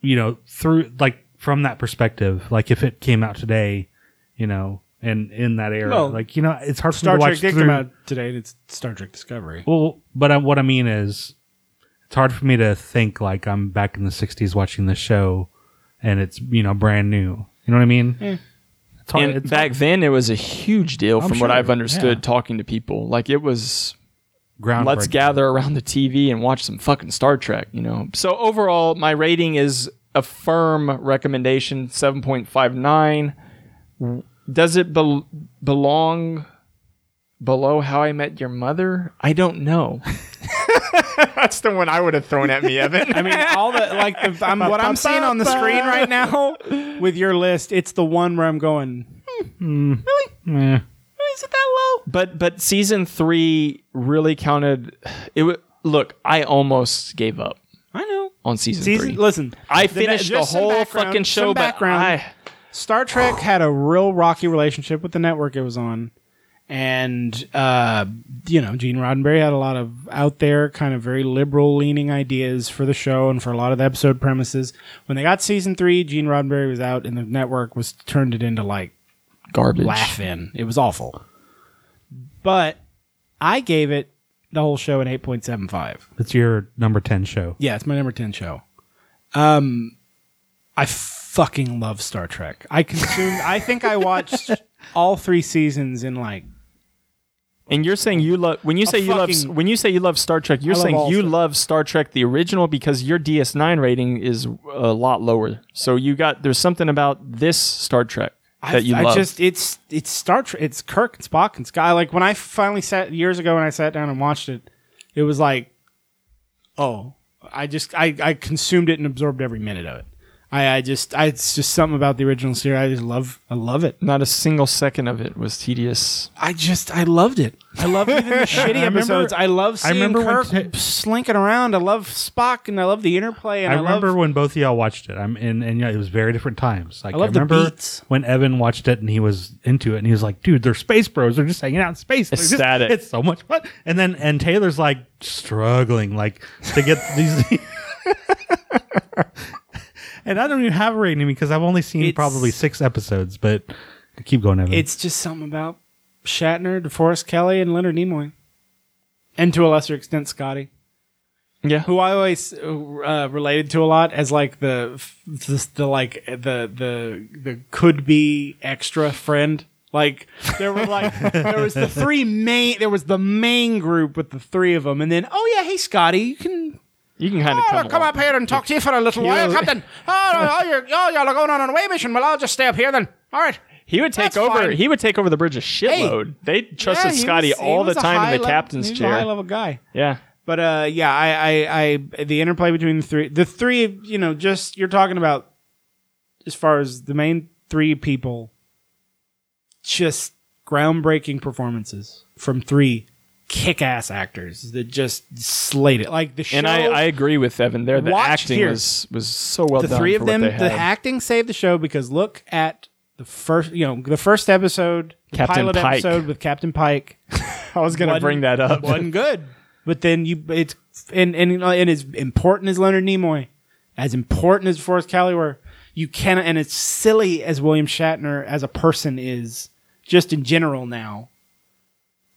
[SPEAKER 2] you know, through like from that perspective. Like if it came out today, you know, and in that era,
[SPEAKER 1] Well,
[SPEAKER 2] like you know, it's hard for me
[SPEAKER 1] Star
[SPEAKER 2] to watch
[SPEAKER 1] Trek did
[SPEAKER 2] through.
[SPEAKER 1] come out today, and it's Star Trek Discovery.
[SPEAKER 2] Well, but I, what I mean is, it's hard for me to think like I'm back in the '60s watching the show and it's you know brand new. You know what I mean? It's hard-
[SPEAKER 3] And
[SPEAKER 2] it's-
[SPEAKER 3] back then, it was a huge deal from what
[SPEAKER 2] sure,
[SPEAKER 3] I've understood
[SPEAKER 2] yeah.
[SPEAKER 3] talking to people. Like it was,
[SPEAKER 2] groundbreaking.
[SPEAKER 3] let's gather around the TV and watch some fucking Star Trek, you know. So overall, my rating is a firm recommendation, 7.59. Does it bel belong below How I Met Your Mother? I don't know. That's the one I would have thrown at me, Evan.
[SPEAKER 1] I mean, all the like the, I'm, what I'm seeing on the screen right now with your list, it's the one where I'm going.
[SPEAKER 2] Eh.
[SPEAKER 1] Is it that low?
[SPEAKER 3] but but season 3 really counted it w- look, I almost gave up
[SPEAKER 1] I know.
[SPEAKER 3] on season,
[SPEAKER 1] Season.
[SPEAKER 3] 3.
[SPEAKER 1] Listen,
[SPEAKER 3] I
[SPEAKER 1] the ne-
[SPEAKER 3] finished the
[SPEAKER 1] just some
[SPEAKER 3] whole
[SPEAKER 1] background-
[SPEAKER 3] fucking show
[SPEAKER 1] some
[SPEAKER 3] but
[SPEAKER 1] background.
[SPEAKER 3] I
[SPEAKER 1] Star Trek had a real rocky relationship with the network it was on, and uh, you know Gene Roddenberry had a lot of out there kind of very liberal leaning ideas for the show and for a lot of the episode premises. When they got season three, Gene Roddenberry was out, and the network was turned it into like
[SPEAKER 3] garbage.
[SPEAKER 1] laugh in. It was awful. But I gave it the whole show an eight point seven five.
[SPEAKER 2] It's your number ten show.
[SPEAKER 1] Yeah, it's my number 10 show. Um I fucking love Star Trek. I consumed I think I watched all 3 seasons in like
[SPEAKER 3] And you're saying you love when you say you love
[SPEAKER 1] fucking-
[SPEAKER 3] when you say you love Star Trek, you're
[SPEAKER 1] I love
[SPEAKER 3] saying
[SPEAKER 1] all
[SPEAKER 3] you
[SPEAKER 1] Star-
[SPEAKER 3] love Star Trek the original because your DS9 rating is a lot lower. So you got there's something about this Star Trek that
[SPEAKER 1] I,
[SPEAKER 3] you
[SPEAKER 1] I
[SPEAKER 3] love.
[SPEAKER 1] just it's it's Star Trek it's Kirk and Spock and Sky like when I finally sat years ago when I sat down and watched it it was like oh I just I I consumed it and absorbed every minute of it. I I just I it's just something about the original series I just love I love it.
[SPEAKER 3] Not a single second of it was tedious.
[SPEAKER 1] I just I loved it. I loved even the shitty
[SPEAKER 2] remember-
[SPEAKER 1] episodes. I love
[SPEAKER 2] I
[SPEAKER 1] seeing
[SPEAKER 2] remember when
[SPEAKER 1] Kirk slinking around. I love Spock and I love the interplay. And
[SPEAKER 2] I,
[SPEAKER 1] I,
[SPEAKER 2] remember
[SPEAKER 1] love,
[SPEAKER 2] when both of y'all watched it. I'm and and yeah, it was very different times. Like, I,
[SPEAKER 1] love the
[SPEAKER 2] remember
[SPEAKER 1] beats.
[SPEAKER 2] when Evan watched it and he was into it and he was like, "Dude, they're space bros. They're just hanging out in space. They're just-
[SPEAKER 3] Ecstatic.
[SPEAKER 2] it's so much fun." And then and Taylor's like struggling like to get these. and I don't even have a rating because I've only seen
[SPEAKER 1] It's-
[SPEAKER 2] probably six episodes. But keep going, Evan.
[SPEAKER 1] it's just something about Shatner, DeForest Kelly, and Leonard Nimoy, and to a lesser extent Scotty,
[SPEAKER 3] Yeah.
[SPEAKER 1] who I always uh, related to a lot as like the the, the like the the the could be extra friend. Like there were like there was the three main there was the main group with the three of them, and then oh yeah, hey Scotty, you can
[SPEAKER 3] You can kind of
[SPEAKER 1] Oh,
[SPEAKER 3] come,
[SPEAKER 1] I'll come
[SPEAKER 3] along.
[SPEAKER 1] up here and talk to you for a little while, Captain. Oh, no, oh, you're, oh, y'all are going on an away mission. Well, I'll just stay up here then. All right.
[SPEAKER 3] He would take
[SPEAKER 1] That's
[SPEAKER 3] over.
[SPEAKER 1] fine.
[SPEAKER 3] He would take over the bridge a shitload. they trusted
[SPEAKER 1] Yeah, he
[SPEAKER 3] Scotty
[SPEAKER 1] was- he
[SPEAKER 3] all the
[SPEAKER 1] was a
[SPEAKER 3] time
[SPEAKER 1] high
[SPEAKER 3] in the
[SPEAKER 1] level-
[SPEAKER 3] captain's
[SPEAKER 1] he was a
[SPEAKER 3] chair.
[SPEAKER 1] high-level guy.
[SPEAKER 3] Yeah.
[SPEAKER 1] But uh, yeah, I, I, I, the interplay between the three, the three, you know, just you're talking about as far as the main three people, just groundbreaking performances from three kick-ass actors that just slayed it. Like the show,
[SPEAKER 3] And I, I agree with Evan there. The
[SPEAKER 1] Watch
[SPEAKER 3] acting
[SPEAKER 1] here.
[SPEAKER 3] was was so well
[SPEAKER 1] the
[SPEAKER 3] done.
[SPEAKER 1] three
[SPEAKER 3] for
[SPEAKER 1] of
[SPEAKER 3] what
[SPEAKER 1] them
[SPEAKER 3] they
[SPEAKER 1] the
[SPEAKER 3] had.
[SPEAKER 1] acting saved the show because look at the first you know the first episode the
[SPEAKER 3] Captain
[SPEAKER 1] pilot
[SPEAKER 3] Pike.
[SPEAKER 1] episode with captain pike
[SPEAKER 3] I was going to
[SPEAKER 1] wasn't-
[SPEAKER 3] bring that up.
[SPEAKER 1] wasn't good but then you it's and and, you know, and as important as leonard nimoy as important as forrest kelly were you can and as silly as william shatner as a person is just in general now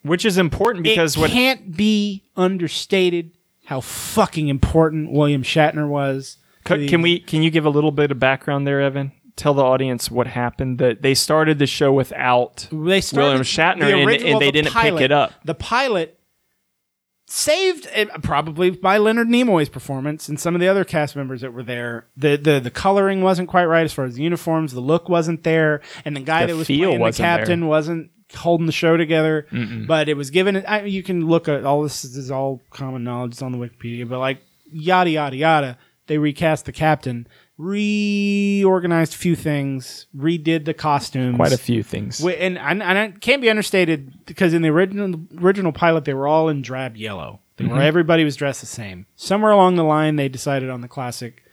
[SPEAKER 3] Which is important because
[SPEAKER 1] it
[SPEAKER 3] what
[SPEAKER 1] can't be understated how fucking important william shatner was to
[SPEAKER 3] C-
[SPEAKER 1] the-
[SPEAKER 3] Can we? Can you give a little bit of background there, Evan? Tell the audience what happened. That they started the show without.
[SPEAKER 1] they started
[SPEAKER 3] William Shatner
[SPEAKER 1] the
[SPEAKER 3] and-
[SPEAKER 1] original-
[SPEAKER 3] and they
[SPEAKER 1] the
[SPEAKER 3] didn't pick
[SPEAKER 1] pilot-
[SPEAKER 3] it up.
[SPEAKER 1] The pilot saved uh, probably by Leonard Nimoy's performance and some of the other cast members that were there. The the the coloring wasn't quite right as far as the uniforms, the look wasn't there, and the guy
[SPEAKER 3] The
[SPEAKER 1] that was
[SPEAKER 3] feel
[SPEAKER 1] playing the
[SPEAKER 3] wasn't there.
[SPEAKER 1] captain wasn't holding the show together. But it was given I, you can look at all this is all common knowledge it's on the Wikipedia, but like yada yada yada, they recast the captain. Reorganized a few things, redid the costumes.
[SPEAKER 3] Quite a few things.
[SPEAKER 1] Wi- and and, and it can't be understated because in the original original pilot they were all in drab yellow. They
[SPEAKER 3] Mm-hmm.
[SPEAKER 1] were everybody was dressed the same. Somewhere along the line they decided on the classic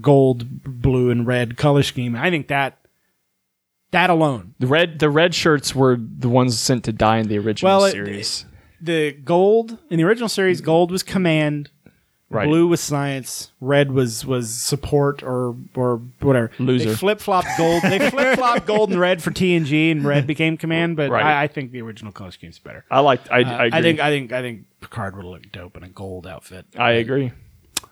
[SPEAKER 1] gold, b- blue, and red color scheme. I think that that alone,
[SPEAKER 3] the red. The red shirts were the ones sent to die in the original
[SPEAKER 1] Well, it-
[SPEAKER 3] series.
[SPEAKER 1] the gold in the original series, gold was command,
[SPEAKER 3] right.
[SPEAKER 1] blue was science, red was was support or or whatever.
[SPEAKER 3] Loser.
[SPEAKER 1] They flip flopped gold. they flip flopped gold and red for TNG, and red became command. But
[SPEAKER 3] Right.
[SPEAKER 1] I, I think the original color scheme's better.
[SPEAKER 3] I like. I, I, agree.
[SPEAKER 1] Uh, I think I think I think Picard would look dope in a gold outfit.
[SPEAKER 3] I agree.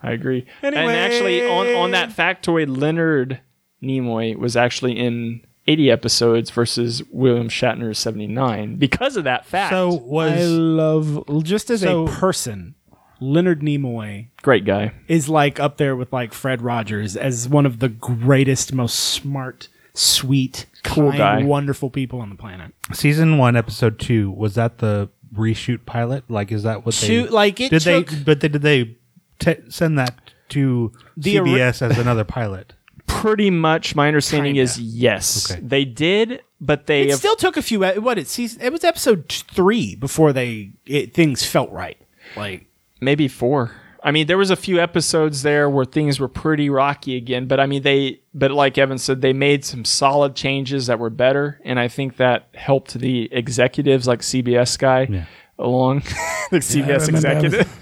[SPEAKER 3] I agree.
[SPEAKER 1] Anyway.
[SPEAKER 3] And actually, on, on that factoid, Leonard Nimoy was actually in 80 episodes versus William Shatner's 79 because of that fact.
[SPEAKER 2] So
[SPEAKER 1] I
[SPEAKER 2] was
[SPEAKER 1] love just as
[SPEAKER 2] So-
[SPEAKER 1] a person, Leonard Nimoy
[SPEAKER 3] great guy.
[SPEAKER 1] is like up there with like Fred Rogers as one of the greatest, most smart, sweet,
[SPEAKER 3] Cool
[SPEAKER 1] kind,
[SPEAKER 3] guy.
[SPEAKER 1] wonderful people on the planet.
[SPEAKER 2] season one, episode two? Was that the reshoot pilot? Like, is that what
[SPEAKER 1] Shoot,
[SPEAKER 2] they
[SPEAKER 1] like it
[SPEAKER 2] did?
[SPEAKER 1] took
[SPEAKER 2] they but they, did they t- send that to
[SPEAKER 1] The ori-
[SPEAKER 2] CBS as another pilot?
[SPEAKER 3] Pretty much my understanding
[SPEAKER 1] Kinda.
[SPEAKER 3] is yes.
[SPEAKER 2] Okay.
[SPEAKER 3] They did, but they
[SPEAKER 1] it
[SPEAKER 3] have
[SPEAKER 1] still took a few. e- What it season? It was episode t- three before they it, things felt right. Like
[SPEAKER 3] maybe four. I mean, there was a few episodes there where things were pretty rocky again, but I mean, they, but like Evan said, they made some solid changes that were better, and I think that helped the executives, like CBS guy,
[SPEAKER 2] Yeah.
[SPEAKER 3] along the CBS executive.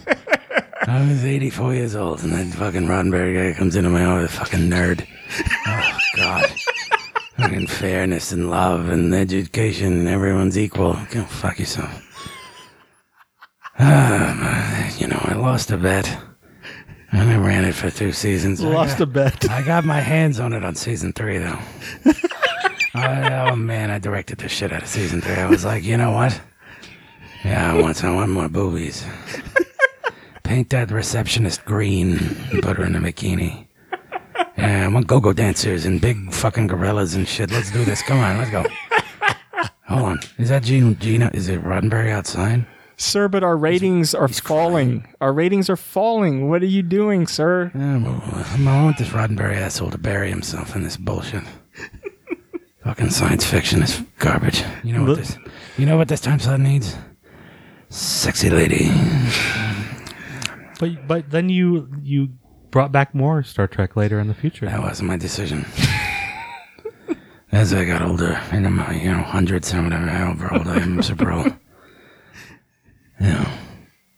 [SPEAKER 5] I was 84 years old, and then fucking Roddenberry guy comes into my office, fucking nerd. Oh, God. fucking fairness and love and education, and everyone's equal. Go fuck yourself. Um, you know, I lost a bet. And I ran it for two seasons. I
[SPEAKER 2] Lost a bet.
[SPEAKER 5] got, I got my hands on it on season three, though. I, oh, man, I directed the shit out of season three. I was like, you know what? Yeah, I want, some- I want more boobies. Paint that receptionist green and put her in a bikini. Yeah, I want go-go dancers and big fucking gorillas and shit. Let's do this. Come on, let's go. Hold on. Is that Gina? Gina? Is it Roddenberry outside?
[SPEAKER 3] Sir, but our ratings are falling. Our ratings are falling. What are you doing, sir?
[SPEAKER 5] Yeah, well, I want this Roddenberry asshole to bury himself in this bullshit. Fucking science fiction is garbage. You know what this? You know what this time slot needs? Sexy lady.
[SPEAKER 2] But but then you you brought back more Star Trek later in the future.
[SPEAKER 5] That wasn't my decision. As I got older, in my you know hundreds or whatever, however old I am, super old. Yeah.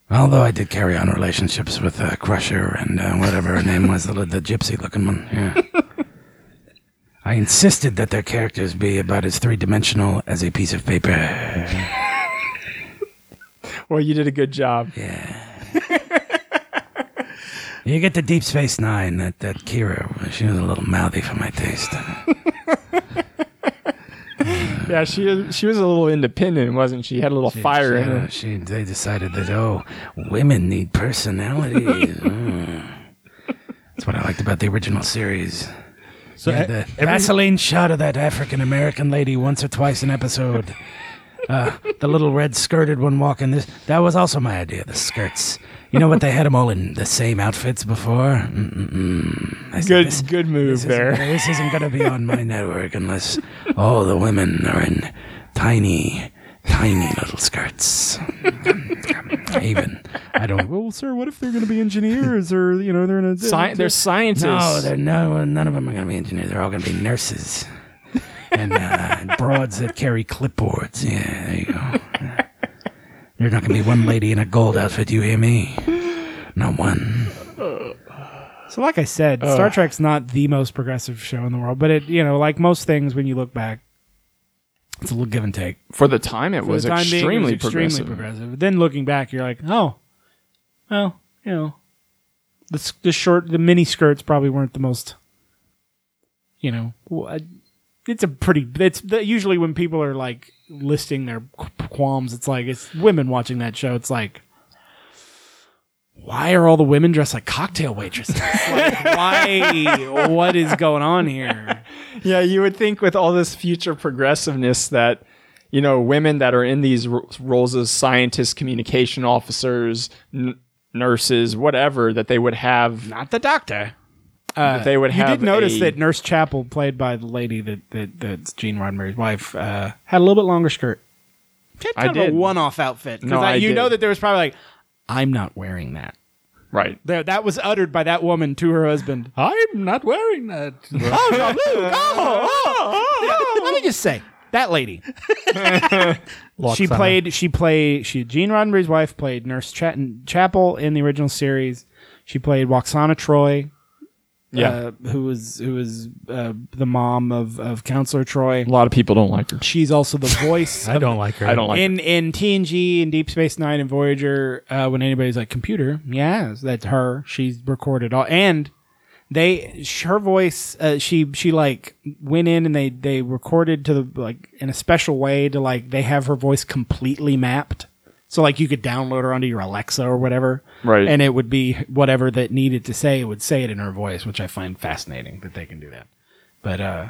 [SPEAKER 5] Although I did carry on relationships with uh, Crusher and uh, whatever her name was, the, the gypsy-looking one. Yeah. I insisted that their characters be about as three-dimensional as a piece of paper.
[SPEAKER 3] Well, you did a good job.
[SPEAKER 5] You get the Deep Space Nine. That that Kira, she was a little mouthy for my taste.
[SPEAKER 3] Yeah, she she was a little independent, wasn't she? Had a little fire in her.
[SPEAKER 5] She, they decided that oh, women need personality. Hmm. That's what I liked about the original series.
[SPEAKER 2] So
[SPEAKER 5] Yeah,
[SPEAKER 2] e-
[SPEAKER 5] the
[SPEAKER 2] every-
[SPEAKER 5] Vaseline shot of that African American lady once or twice an episode. Uh, the little red skirted one walking this. That was also my idea, the skirts. You know what? They had them all in the same outfits before. Mm-mm-mm. I said,
[SPEAKER 3] Good
[SPEAKER 5] "This-
[SPEAKER 3] good move
[SPEAKER 5] this
[SPEAKER 3] there.
[SPEAKER 5] Isn't, this isn't going to be on my network unless all the women are in tiny, tiny little skirts. Even I don't.
[SPEAKER 3] Well, sir, what if they're going to be engineers or you know they're in a Sci- they're scientists?
[SPEAKER 5] No, oh, they're no. None of them are going to be engineers. They're all going to be nurses and uh, broads that carry clipboards. Yeah, there you go. There's not going to be one lady in a gold outfit. You hear me? Not one.
[SPEAKER 1] So, like I said,
[SPEAKER 2] Uh.
[SPEAKER 1] Star Trek's not the most progressive show in the world, but it, you know, like most things, when you look back, it's a little give and take.
[SPEAKER 3] for the time, it
[SPEAKER 1] For
[SPEAKER 3] was
[SPEAKER 1] the time being, it
[SPEAKER 3] extremely,
[SPEAKER 1] was
[SPEAKER 3] progressive.
[SPEAKER 1] But Then looking back, you're like, oh, well, you know, the s- the short, the mini skirts probably weren't the most, you know, w- I- it's a pretty. It's the, usually when people are like listing their qu- qualms, it's like it's women watching that show. It's like. Why are all the women dressed like cocktail waitresses? Like, why? What is going on here?
[SPEAKER 3] Yeah, you would think with all this future progressiveness that you know women that are in these ro- roles as scientists, communication officers, n- nurses, whatever, that they would have.
[SPEAKER 1] Not the doctor. Uh,
[SPEAKER 3] that they would
[SPEAKER 1] You
[SPEAKER 3] have.
[SPEAKER 1] did notice
[SPEAKER 3] a-
[SPEAKER 1] that Nurse Chapel, played by the lady that, that that's Gene Roddenberry's wife, uh, had a little bit longer skirt. She had
[SPEAKER 3] I
[SPEAKER 1] kind of
[SPEAKER 3] did.
[SPEAKER 1] a one-off outfit because
[SPEAKER 3] No, I
[SPEAKER 1] you
[SPEAKER 3] did.
[SPEAKER 1] know that there was probably like, "I'm not wearing that."
[SPEAKER 3] right.
[SPEAKER 1] There, that was uttered by that woman to her husband.
[SPEAKER 2] I'm not wearing that.
[SPEAKER 1] oh, Jean-Luc, oh, oh, oh. Let me just say that lady. she
[SPEAKER 2] Loxana.
[SPEAKER 1] played. She played. She Gene Roddenberry's wife played Nurse Chat- Chapel in the original series. She played Waxana Troy.
[SPEAKER 3] Yeah.
[SPEAKER 1] uh, who was who was uh, the mom of of Counselor Troy.
[SPEAKER 3] a lot of people don't like her.
[SPEAKER 1] She's also the voice.
[SPEAKER 2] I don't like her.
[SPEAKER 3] I don't like.
[SPEAKER 1] in in TNG and Deep Space Nine and Voyager, uh, when anybody's like computer, yes, that's her. She's recorded all, and
[SPEAKER 4] They sh- her voice uh, she she like went in and they they recorded to the like in a special way to like they have her voice completely mapped. So like you could download her onto your Alexa or whatever.
[SPEAKER 3] Right.
[SPEAKER 4] And it would be whatever that needed to say, it would say it in her voice, which I find fascinating that they can do that. But uh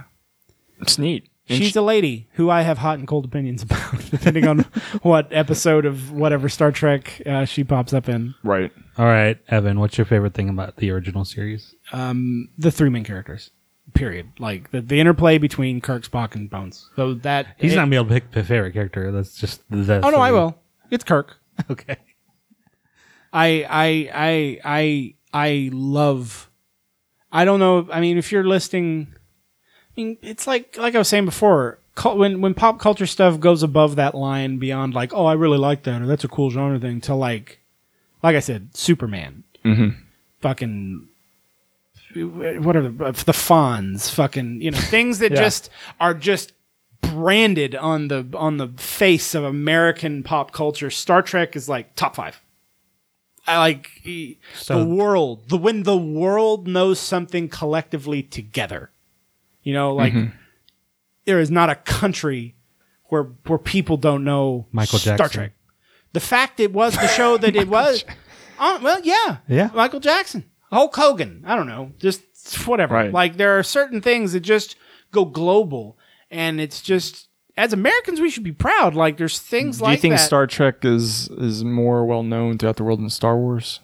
[SPEAKER 3] It's neat. And
[SPEAKER 4] She's a lady who I have hot and cold opinions about, depending on what episode of whatever Star Trek uh, she pops up in.
[SPEAKER 3] right.
[SPEAKER 2] All right, Evan, what's your favorite thing about the original series?
[SPEAKER 4] Um, the three main characters, period. Like the, the interplay between Kirk, Spock, and Bones. So that
[SPEAKER 2] He's
[SPEAKER 4] it-
[SPEAKER 2] not gonna be able to pick a favorite character. That's just the.
[SPEAKER 4] Oh no, I
[SPEAKER 2] three.
[SPEAKER 4] will. It's Kirk.
[SPEAKER 2] Okay.
[SPEAKER 4] I I I I I love. I don't know. I mean, if you're listing, I mean, it's like like I was saying before. cul- When when pop culture stuff goes above that line, beyond like, oh, I really like that, or that's a cool genre thing, to like, like I said, Superman,
[SPEAKER 2] Mm-hmm.
[SPEAKER 4] fucking, what are the the Fonz, fucking, you know, things that just are just branded on the on the face of American pop culture. Star Trek is like top five. I like e- the world. The when the world knows something collectively together. You know, like
[SPEAKER 2] Mm-hmm.
[SPEAKER 4] there is not a country where where people don't know
[SPEAKER 2] Michael
[SPEAKER 4] Star
[SPEAKER 2] Jackson.
[SPEAKER 4] Trek. The fact it was the show that it was. Uh, well, yeah,
[SPEAKER 2] Yeah.
[SPEAKER 4] Michael Jackson, Hulk Hogan. I don't know, just whatever.
[SPEAKER 3] Right.
[SPEAKER 4] Like there are certain things that just go global, and it's just as Americans we should be proud. Like there's things
[SPEAKER 3] Do
[SPEAKER 4] like
[SPEAKER 3] you think
[SPEAKER 4] that.
[SPEAKER 3] Star Trek is is more well known throughout the world than Star Wars?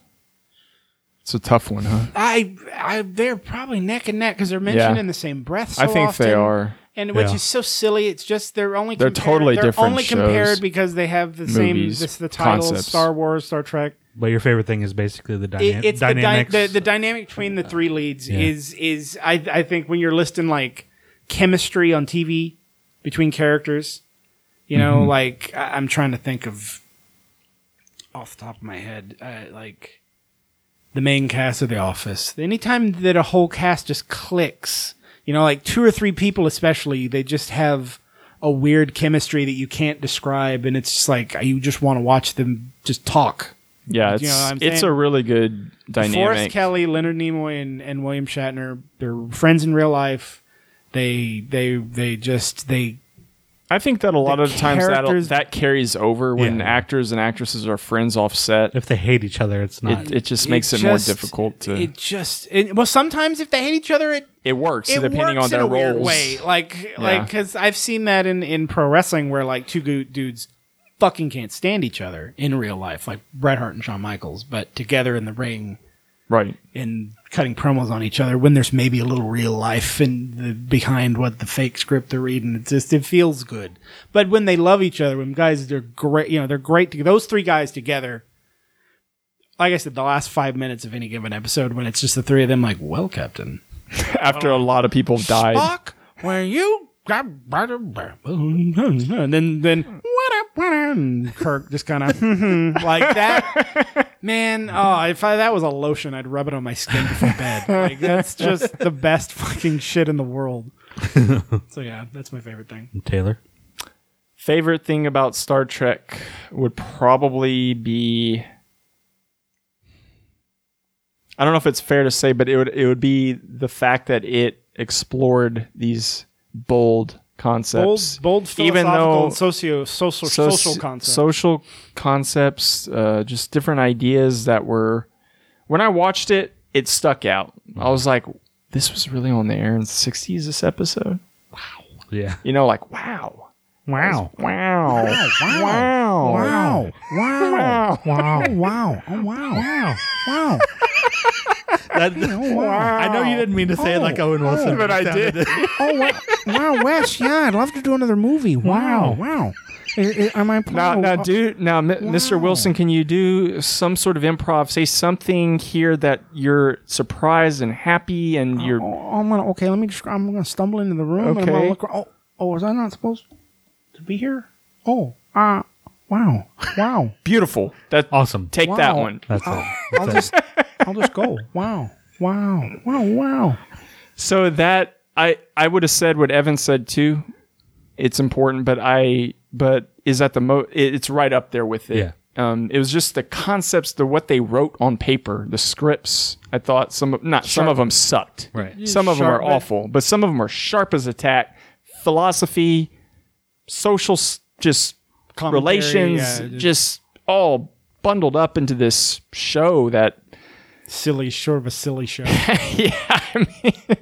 [SPEAKER 3] It's a tough one, huh?
[SPEAKER 4] I, I, they're probably neck and neck because they're mentioned
[SPEAKER 3] Yeah.
[SPEAKER 4] in the same breath. So
[SPEAKER 3] I think they
[SPEAKER 4] often,
[SPEAKER 3] are.
[SPEAKER 4] and which
[SPEAKER 2] Yeah.
[SPEAKER 4] is so silly. It's just they're only
[SPEAKER 3] They're
[SPEAKER 4] compared-
[SPEAKER 3] totally
[SPEAKER 4] they're
[SPEAKER 3] different
[SPEAKER 4] Only
[SPEAKER 3] shows,
[SPEAKER 4] compared because they have the
[SPEAKER 3] movies,
[SPEAKER 4] same this, the titles
[SPEAKER 3] concepts.
[SPEAKER 4] Star Wars, Star Trek.
[SPEAKER 2] But your favorite thing is basically the
[SPEAKER 4] It-
[SPEAKER 2] dyna-
[SPEAKER 4] it's the, dy-
[SPEAKER 2] dynamics.
[SPEAKER 4] the the dynamic between the three leads
[SPEAKER 2] Yeah.
[SPEAKER 4] is is I I think when you're listing like chemistry on TV between characters, you know,
[SPEAKER 2] Mm-hmm.
[SPEAKER 4] like I, I'm trying to think of off the top of my head, uh, like the main cast of The Office. Anytime that a whole cast just clicks, you know, like two or three people especially, they just have a weird chemistry that you can't describe, and it's just like you just want to watch them just talk.
[SPEAKER 3] Yeah, it's
[SPEAKER 4] You know what I'm
[SPEAKER 3] it's
[SPEAKER 4] saying?
[SPEAKER 3] a really good
[SPEAKER 4] Forrest
[SPEAKER 3] dynamic.
[SPEAKER 4] Kelly, Leonard Nimoy, and, and William Shatner, they're friends in real life. They they they just they
[SPEAKER 3] I think that a lot
[SPEAKER 4] the
[SPEAKER 3] of times that
[SPEAKER 4] characters-
[SPEAKER 3] that carries over when
[SPEAKER 2] Yeah.
[SPEAKER 3] actors and actresses are friends off set.
[SPEAKER 2] if they hate each other, it's not.
[SPEAKER 3] It, it just makes it, more
[SPEAKER 4] just-
[SPEAKER 3] difficult to.
[SPEAKER 4] It
[SPEAKER 3] It,
[SPEAKER 4] just it, well sometimes if they hate each other it
[SPEAKER 3] works
[SPEAKER 4] it
[SPEAKER 3] depending
[SPEAKER 4] works
[SPEAKER 3] on their
[SPEAKER 4] in a
[SPEAKER 3] roles.
[SPEAKER 4] weird way like like because I've seen that in in pro wrestling where like two goo dudes fucking can't stand each other in real life like Bret Hart and Shawn Michaels but together in the ring
[SPEAKER 3] Right.
[SPEAKER 4] and cutting promos on each other when there's maybe a little real life and the, behind what the fake script they're reading. It just it feels good. But when they love each other, when guys they're great, you know they're great. To, those three guys together. Like I said, the last five minutes of any given episode, when it's just the three of them, like, well, Captain,
[SPEAKER 3] After a lot of people have died.
[SPEAKER 4] Spock, where you? And then, then what up, what up? And Kirk just kind of like that. Man, oh, if I, that was a lotion, I'd rub it on my skin before bed. Like that's just the best fucking shit in the world. so yeah, that's my favorite thing.
[SPEAKER 2] Taylor.
[SPEAKER 3] Favorite thing about Star Trek would probably be I don't know if it's fair to say, but it would it would be the fact that it explored these bold
[SPEAKER 4] Bold,
[SPEAKER 3] concepts.
[SPEAKER 4] bold,
[SPEAKER 3] Even
[SPEAKER 4] philosophical,
[SPEAKER 3] though-
[SPEAKER 4] and socio, social,
[SPEAKER 3] So-
[SPEAKER 4] social concept.
[SPEAKER 3] social concepts, uh, just different ideas that were when I watched it, it stuck out. I was like, this was really on the air in the sixties, this episode?
[SPEAKER 2] Yeah.
[SPEAKER 3] You know, like wow.
[SPEAKER 1] Wow.
[SPEAKER 3] Wow. Wow.
[SPEAKER 1] Wow. Wow. Wow. Wow. Oh, wow. Wow. Wow.
[SPEAKER 2] Oh, I know you didn't mean to say it like Owen Wilson, Oh, but I did.
[SPEAKER 1] Oh, wow. Wow, Wes. Yeah, I'd love to do another movie. Wow. Wow. I- I- Am I
[SPEAKER 3] Now, now,
[SPEAKER 1] oh,
[SPEAKER 3] do now, M- Mr. Wilson, can you do some sort of improv? Say something here that you're surprised and happy, and you're
[SPEAKER 1] oh, I'm gonna okay. Let me just. I'm gonna stumble into the room. And I'm
[SPEAKER 3] Okay.
[SPEAKER 1] gonna look. ar- Oh, oh, was I not supposed to be here? Oh, uh, wow, wow.
[SPEAKER 3] beautiful. That
[SPEAKER 2] Awesome.
[SPEAKER 3] take that
[SPEAKER 1] Wow.
[SPEAKER 3] one.
[SPEAKER 2] That's it.
[SPEAKER 1] I'll just, I'll just go. Wow, wow, wow, wow.
[SPEAKER 3] So that I I would have said what Evan said too. It's important, but I but is at the mo. it- It's right up there with it.
[SPEAKER 2] Yeah.
[SPEAKER 3] Um, it was just the concepts, the what they wrote on paper, the scripts. I thought some, of- not some of them sucked.
[SPEAKER 2] Right.
[SPEAKER 3] Some of them are
[SPEAKER 4] Sharp, right.
[SPEAKER 3] awful, but some of them are sharp as a tack. Philosophy, social, s- just
[SPEAKER 4] Commentary,
[SPEAKER 3] relations,
[SPEAKER 4] yeah,
[SPEAKER 3] just,
[SPEAKER 4] just-
[SPEAKER 3] all bundled up into this show that.
[SPEAKER 4] Silly, sort of a silly show.
[SPEAKER 3] Yeah, I mean,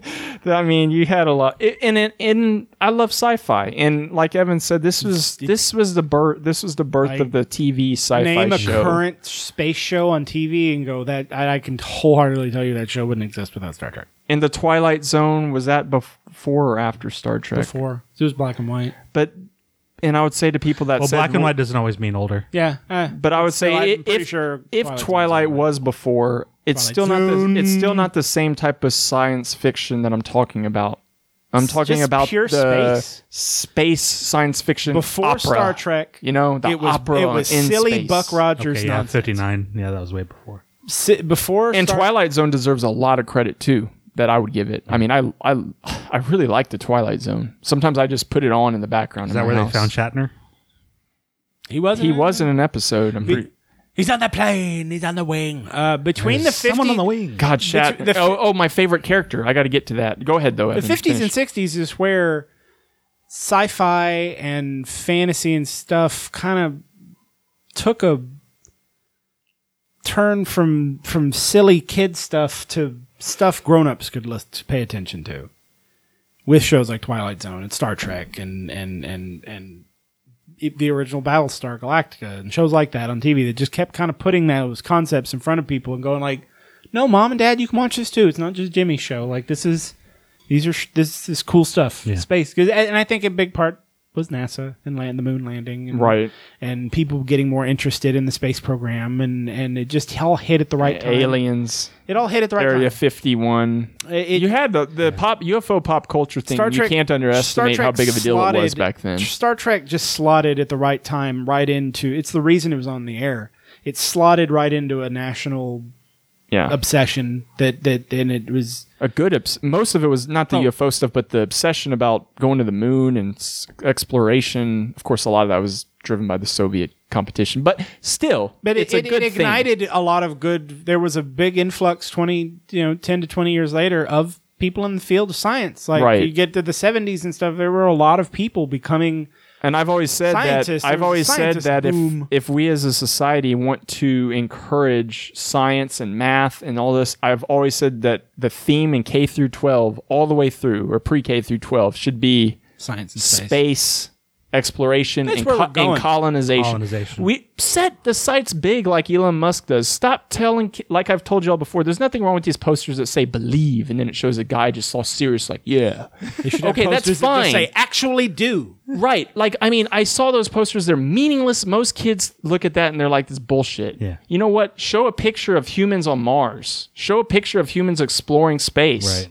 [SPEAKER 3] I mean, you had a lot, I- and in, in I love sci-fi, and like Evan said, this was this was the birth, this was the birth of the TV sci-fi
[SPEAKER 4] Name a
[SPEAKER 3] show.
[SPEAKER 4] current space show on TV and go that I, I can wholeheartedly tell you that show wouldn't exist without Star Trek.
[SPEAKER 3] in the Twilight Zone was that before or after Star Trek?
[SPEAKER 4] Before it was black and white.
[SPEAKER 3] But and I would say to people that
[SPEAKER 2] Well,
[SPEAKER 3] said,
[SPEAKER 2] black and white doesn't always mean older.
[SPEAKER 4] Yeah, eh.
[SPEAKER 3] But I would say
[SPEAKER 4] Still, I'm
[SPEAKER 3] i-
[SPEAKER 4] pretty
[SPEAKER 3] if
[SPEAKER 4] sure
[SPEAKER 3] if
[SPEAKER 4] Twilight
[SPEAKER 3] Twilight,
[SPEAKER 4] Zone's
[SPEAKER 3] was before, it's
[SPEAKER 4] Twilight
[SPEAKER 3] still not the, it's still not the same type of science fiction that I'm talking about. I'm talking
[SPEAKER 4] just
[SPEAKER 3] about
[SPEAKER 4] pure
[SPEAKER 3] the
[SPEAKER 4] space.
[SPEAKER 3] space science fiction
[SPEAKER 4] before
[SPEAKER 3] opera.
[SPEAKER 4] Star Trek,
[SPEAKER 3] You know, the
[SPEAKER 4] it was
[SPEAKER 3] opera
[SPEAKER 4] it was
[SPEAKER 3] in
[SPEAKER 4] silly
[SPEAKER 3] space.
[SPEAKER 4] Buck Rogers
[SPEAKER 2] Okay, yeah,
[SPEAKER 4] nonsense.
[SPEAKER 2] fifty nine. Yeah, that was way before.
[SPEAKER 4] Si- before
[SPEAKER 3] And
[SPEAKER 4] Star-
[SPEAKER 3] Twilight Zone deserves a lot of credit too that I would give it. I mean, I I I really like the Twilight Zone. Sometimes I just put it on in the background.
[SPEAKER 2] Is that where they found Shatner?
[SPEAKER 4] he wasn't.
[SPEAKER 3] He was in an episode. I'm pretty.
[SPEAKER 4] He's on the plane. He's on the wing. Uh, between the 50,
[SPEAKER 2] Someone on the wing.
[SPEAKER 3] God, Shat.
[SPEAKER 4] the fi-
[SPEAKER 3] oh, oh, my favorite character. I got to get to that. Go ahead though.
[SPEAKER 4] the fifties and sixties is where sci-fi and fantasy and stuff kind of took a turn from from silly kid stuff to stuff grown-ups could list, to pay attention to with shows like Twilight Zone and Star Trek and and and and i- the original Battlestar Galactica and shows like that on TV that just kept kind of putting those concepts in front of people and going like, "No, mom and dad, you can watch this too. It's not just Jimmy's show. Like this is these are sh- this is cool stuff. Space 'Cause- and and I think a big part was NASA and land the moon landing and,
[SPEAKER 3] Right.
[SPEAKER 4] and people getting more interested in the space program and and it just all hit at the right time.
[SPEAKER 3] aliens.
[SPEAKER 4] It all hit at the right
[SPEAKER 3] Area
[SPEAKER 4] time.
[SPEAKER 3] 51.
[SPEAKER 4] It- it-
[SPEAKER 3] you had the, the pop UFO pop culture thing. you can't underestimate
[SPEAKER 4] Star
[SPEAKER 3] how
[SPEAKER 4] Trek
[SPEAKER 3] big of a deal it was
[SPEAKER 4] slotted-
[SPEAKER 3] back then.
[SPEAKER 4] Star Trek just slotted at the right time, right into. It's the reason it was on the air. It slotted right into a national
[SPEAKER 3] Yeah,
[SPEAKER 4] obsession that that and it was
[SPEAKER 3] a good. Obs- most of it was not
[SPEAKER 4] Oh.
[SPEAKER 3] the UFO stuff, but the obsession about going to the moon and s- exploration. Of course, a lot of that was driven by the Soviet competition, but still,
[SPEAKER 4] But
[SPEAKER 3] it's
[SPEAKER 4] it,
[SPEAKER 3] a
[SPEAKER 4] it,
[SPEAKER 3] good
[SPEAKER 4] it
[SPEAKER 3] thing.
[SPEAKER 4] ignited a lot of good. There was a big influx twenty, you know, ten to twenty years later of people in the field of science. Like
[SPEAKER 3] Right.
[SPEAKER 4] you get to the seventies and stuff, there were a lot of people becoming.
[SPEAKER 3] And I've always said
[SPEAKER 4] Scientists,
[SPEAKER 3] that I've
[SPEAKER 4] there's a
[SPEAKER 3] always said
[SPEAKER 4] scientist
[SPEAKER 3] that
[SPEAKER 4] boom.
[SPEAKER 3] if if we as a society want to encourage science and math and all this, I've always said that the theme in K through 12 all the way through or pre-K through 12 should be
[SPEAKER 4] Science and
[SPEAKER 3] space, exploration
[SPEAKER 4] That's
[SPEAKER 3] and,
[SPEAKER 4] where
[SPEAKER 3] co-
[SPEAKER 4] we're going.
[SPEAKER 3] and colonization.
[SPEAKER 2] Colonization.
[SPEAKER 3] We set the sights big like Elon Musk does. Stop telling ki- like I've told y'all before, there's nothing wrong with these posters that say believe and then it shows a guy just all serious like, yeah. Okay, that's fine.
[SPEAKER 4] They actually do.
[SPEAKER 3] Right. Like, I mean, I saw those posters. They're meaningless. Most kids look at that and they're like, this bullshit.
[SPEAKER 2] Yeah.
[SPEAKER 3] You know what? Show a picture of humans on Mars. Show a picture of humans exploring space.
[SPEAKER 2] Right.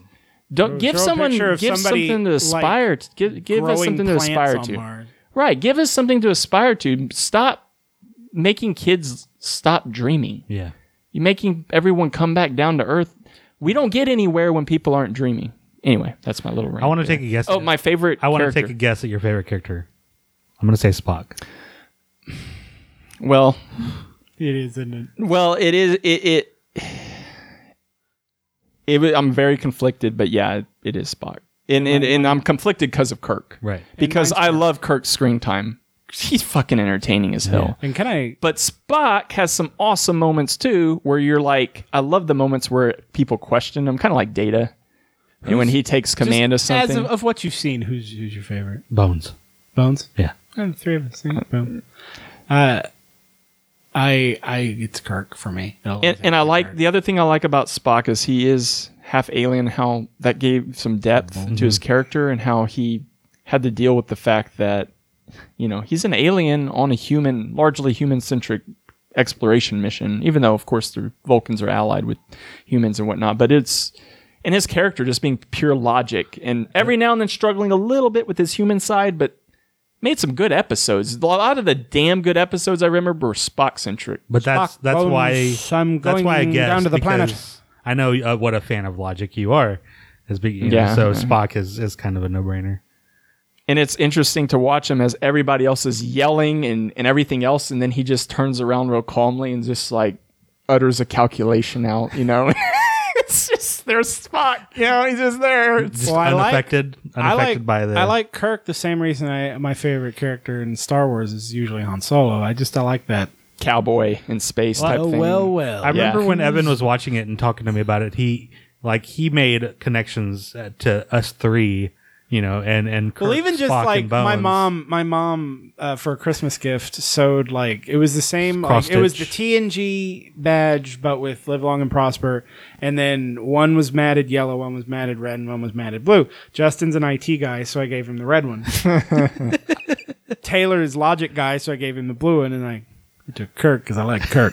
[SPEAKER 3] Don't give
[SPEAKER 4] Throw a
[SPEAKER 3] someone
[SPEAKER 4] picture of
[SPEAKER 3] give
[SPEAKER 4] somebody,
[SPEAKER 3] something to
[SPEAKER 4] like,
[SPEAKER 3] aspire to. Give, give us
[SPEAKER 4] growing
[SPEAKER 3] something to
[SPEAKER 4] plants
[SPEAKER 3] aspire
[SPEAKER 4] on
[SPEAKER 3] to.
[SPEAKER 4] Mars.
[SPEAKER 3] Right. Give us something to aspire to. Stop making kids stop dreaming.
[SPEAKER 2] Yeah.
[SPEAKER 3] You're making everyone come back down to earth. We don't get anywhere when people aren't dreaming. Anyway, that's my little rant.
[SPEAKER 2] I want to take a guess.
[SPEAKER 3] Oh, my favorite.
[SPEAKER 2] I want to
[SPEAKER 3] character.
[SPEAKER 2] take a guess at your favorite character. I'm gonna say Spock.
[SPEAKER 3] Well,
[SPEAKER 4] It is, isn't it?
[SPEAKER 3] Well, it is it it. it wa- I'm very conflicted, but yeah, it, it is Spock, and and, and I'm conflicted because of Kirk,
[SPEAKER 2] Right.
[SPEAKER 3] Because I love Kirk's screen time. He's fucking entertaining as hell.
[SPEAKER 4] And can I?
[SPEAKER 3] But Spock has some awesome moments too, where you're like, I love the moments where people question him, kind of like Data, and when he takes command of
[SPEAKER 4] just as
[SPEAKER 3] something.
[SPEAKER 4] of, of what you've seen, who's who's your favorite?
[SPEAKER 2] Bones.
[SPEAKER 4] Bones.
[SPEAKER 2] Yeah.
[SPEAKER 4] Oh, the three of us. yeah, Boom. Uh, I I it's Kirk for me. I'll always
[SPEAKER 3] and, and I
[SPEAKER 4] have to
[SPEAKER 3] like
[SPEAKER 4] Kirk.
[SPEAKER 3] the other thing I like about Spock is he is half alien. How that gave some depth to his character and how he had to deal with the fact that you know he's an alien on a human, largely human centric exploration mission. Even though, of course, the Vulcans are allied with humans and whatnot, but it's and his character just being pure logic and every now and then struggling a little bit with his human side, but. Made some good episodes. A lot of the damn good episodes I remember were Spock centric.
[SPEAKER 2] But that's
[SPEAKER 4] Spock
[SPEAKER 2] that's
[SPEAKER 4] bones,
[SPEAKER 2] why
[SPEAKER 4] I'm
[SPEAKER 2] that's why I
[SPEAKER 4] going
[SPEAKER 2] guess
[SPEAKER 4] down to the planet.
[SPEAKER 2] because I know uh, what a fan of logic you are. As big, you know,
[SPEAKER 3] Yeah.
[SPEAKER 2] so Spock is, is kind of a no brainer.
[SPEAKER 3] and it's interesting to watch him as everybody else is yelling and, and everything else and then he just turns around real calmly and just like utters a calculation out you know it's just their spot you know he's just there it's,
[SPEAKER 2] Just
[SPEAKER 4] Well, I like-
[SPEAKER 2] unaffected,
[SPEAKER 4] I
[SPEAKER 2] unaffected
[SPEAKER 4] like,
[SPEAKER 2] by the.
[SPEAKER 4] I like Kirk the same reason I my favorite character in Star Wars is usually Han Solo. I just I like that.
[SPEAKER 3] cowboy in space type
[SPEAKER 1] Oh,
[SPEAKER 3] thing
[SPEAKER 4] well.
[SPEAKER 2] I remember
[SPEAKER 3] Yeah.
[SPEAKER 2] when Evan was watching it and talking to me about it. He like he made connections uh, to us three, you know, and and Kirk,
[SPEAKER 4] well, even just
[SPEAKER 2] Spock, and
[SPEAKER 4] like my
[SPEAKER 2] Bones.
[SPEAKER 4] mom, my mom uh, for a Christmas gift sewed like it was the same. Like,
[SPEAKER 2] Cross
[SPEAKER 4] it was the
[SPEAKER 2] stitch.
[SPEAKER 4] TNG badge, but with "Live Long and Prosper," and then one was matted yellow, one was matted red, and one was matted blue. Justin's an IT guy, so I gave him the red one. Taylor is logic guy, so I gave him the blue one, and I took Kirk because I like Kirk.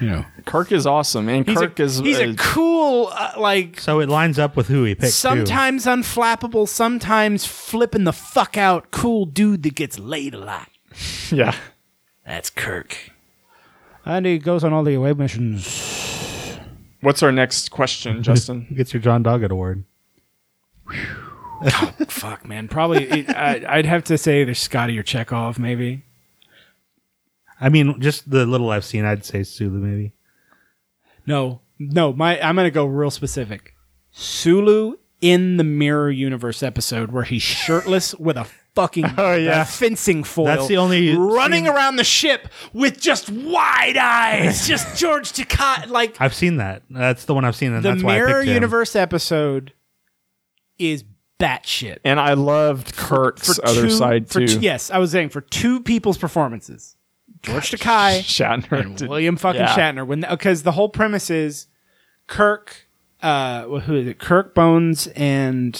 [SPEAKER 4] you know,
[SPEAKER 3] kirk is awesome and kirk
[SPEAKER 4] he's a,
[SPEAKER 3] is
[SPEAKER 4] he's a
[SPEAKER 3] uh,
[SPEAKER 4] cool uh, like
[SPEAKER 2] So it lines up with who he picked. too.
[SPEAKER 4] sometimes unflappable, sometimes flipping the fuck out, cool dude that gets laid a lot.
[SPEAKER 3] yeah
[SPEAKER 4] That's Kirk.
[SPEAKER 6] And he goes on all the away missions.
[SPEAKER 3] what's our next question justin
[SPEAKER 2] Who gets your John Doggett award.
[SPEAKER 4] Fuck, man. Probably, it, I, I'd have to say there's Scotty or Chekhov, maybe.
[SPEAKER 2] I mean, just the little I've seen, I'd say Sulu maybe.
[SPEAKER 4] No, no. My, I'm gonna go real specific. Sulu in the Mirror Universe episode where he's shirtless with a fucking
[SPEAKER 3] yeah.
[SPEAKER 4] uh, fencing foil.
[SPEAKER 2] That's the only
[SPEAKER 4] running around the ship with just wide eyes, just George Takei like
[SPEAKER 2] I've seen that. That's the one I've seen, and
[SPEAKER 4] the
[SPEAKER 2] that's why I
[SPEAKER 4] Mirror
[SPEAKER 2] picked him.
[SPEAKER 4] Universe episode is batshit.
[SPEAKER 3] and i loved kirk's other
[SPEAKER 4] two-
[SPEAKER 3] side
[SPEAKER 4] for
[SPEAKER 3] too
[SPEAKER 4] t- yes, I was saying for two people's performances, George Takei
[SPEAKER 3] shatner
[SPEAKER 4] and
[SPEAKER 3] did-
[SPEAKER 4] William fucking
[SPEAKER 3] yeah.
[SPEAKER 4] Shatner. When because the whole premise is Kirk, uh, well, who is it? Kirk Bones and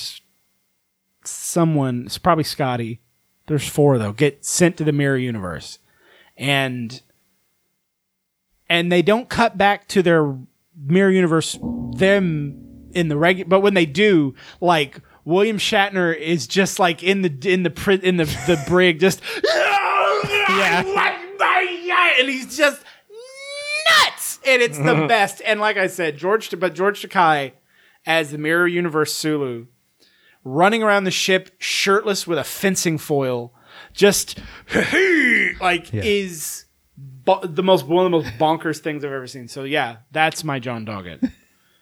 [SPEAKER 4] someone. It's probably Scotty. There's four though. Get sent to the Mirror Universe, and and they don't cut back to their mirror universe them in the regular but when they do like William Shatner is just like in the in the pri- in the the brig just yeah and he's just nuts and it's the best and like I said George but George Takei as the mirror universe Sulu running around the ship shirtless with a fencing foil just like is bo- the most one of the most bonkers things I've ever seen. So yeah, that's my John Doggett.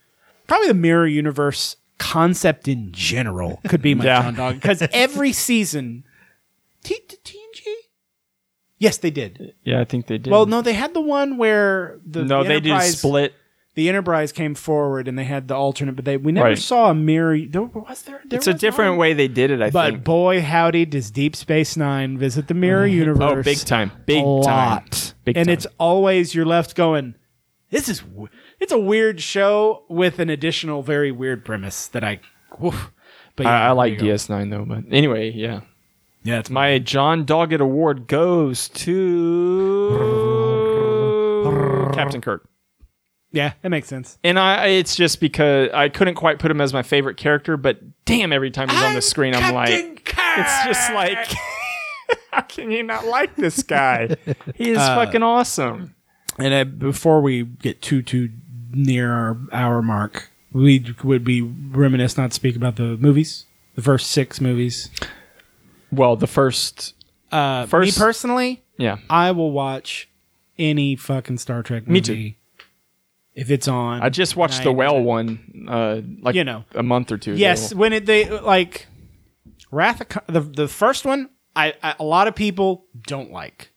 [SPEAKER 4] Probably the mirror universe concept in general could be my
[SPEAKER 3] Yeah.
[SPEAKER 4] John Doggett because every season, T- T- TNG. Yes, they did.
[SPEAKER 3] yeah i think they did
[SPEAKER 4] Well, no, they had the one where the
[SPEAKER 3] no
[SPEAKER 4] the
[SPEAKER 3] they did
[SPEAKER 4] Enterprise-
[SPEAKER 3] split
[SPEAKER 4] The Enterprise came forward and they had the alternate, but they we never
[SPEAKER 3] Right.
[SPEAKER 4] saw a mirror. There was there. there
[SPEAKER 3] it's a
[SPEAKER 4] was
[SPEAKER 3] different
[SPEAKER 4] one?
[SPEAKER 3] way they did it i
[SPEAKER 4] But
[SPEAKER 3] think
[SPEAKER 4] boy, howdy, does Deep Space Nine visit the mirror universe?
[SPEAKER 3] oh big time big
[SPEAKER 4] a
[SPEAKER 3] time
[SPEAKER 4] lot.
[SPEAKER 3] Big
[SPEAKER 4] and
[SPEAKER 3] time.
[SPEAKER 4] it's always you're left going, this is w- it's a weird show with an additional very weird premise that I. Woof. But yeah,
[SPEAKER 3] I, I like
[SPEAKER 4] there you go.
[SPEAKER 3] DS9 though, but anyway, yeah.
[SPEAKER 4] Yeah, it's
[SPEAKER 3] My John Doggett Award goes to Captain Kirk.
[SPEAKER 4] yeah, that makes sense.
[SPEAKER 3] And I it's just because I couldn't quite put him as my favorite character, but damn every time he's on the screen I'm like it's just like how can you not like this guy? he is
[SPEAKER 4] Uh,
[SPEAKER 3] fucking awesome.
[SPEAKER 4] And uh, before we get too too near our hour mark, we would be reminisce not to speak about the movies, the first six movies.
[SPEAKER 3] Well, the first
[SPEAKER 4] Uh,
[SPEAKER 3] First-
[SPEAKER 4] me personally,
[SPEAKER 3] yeah.
[SPEAKER 4] I will watch any fucking Star Trek movie.
[SPEAKER 3] Me too.
[SPEAKER 4] If it's on,
[SPEAKER 3] I just watched the
[SPEAKER 4] Night.
[SPEAKER 3] whale one uh like
[SPEAKER 4] You know.
[SPEAKER 3] a month or two ago.
[SPEAKER 4] Yes, when it they like Wrath of Khan, the the first one, I, I a lot of people don't like.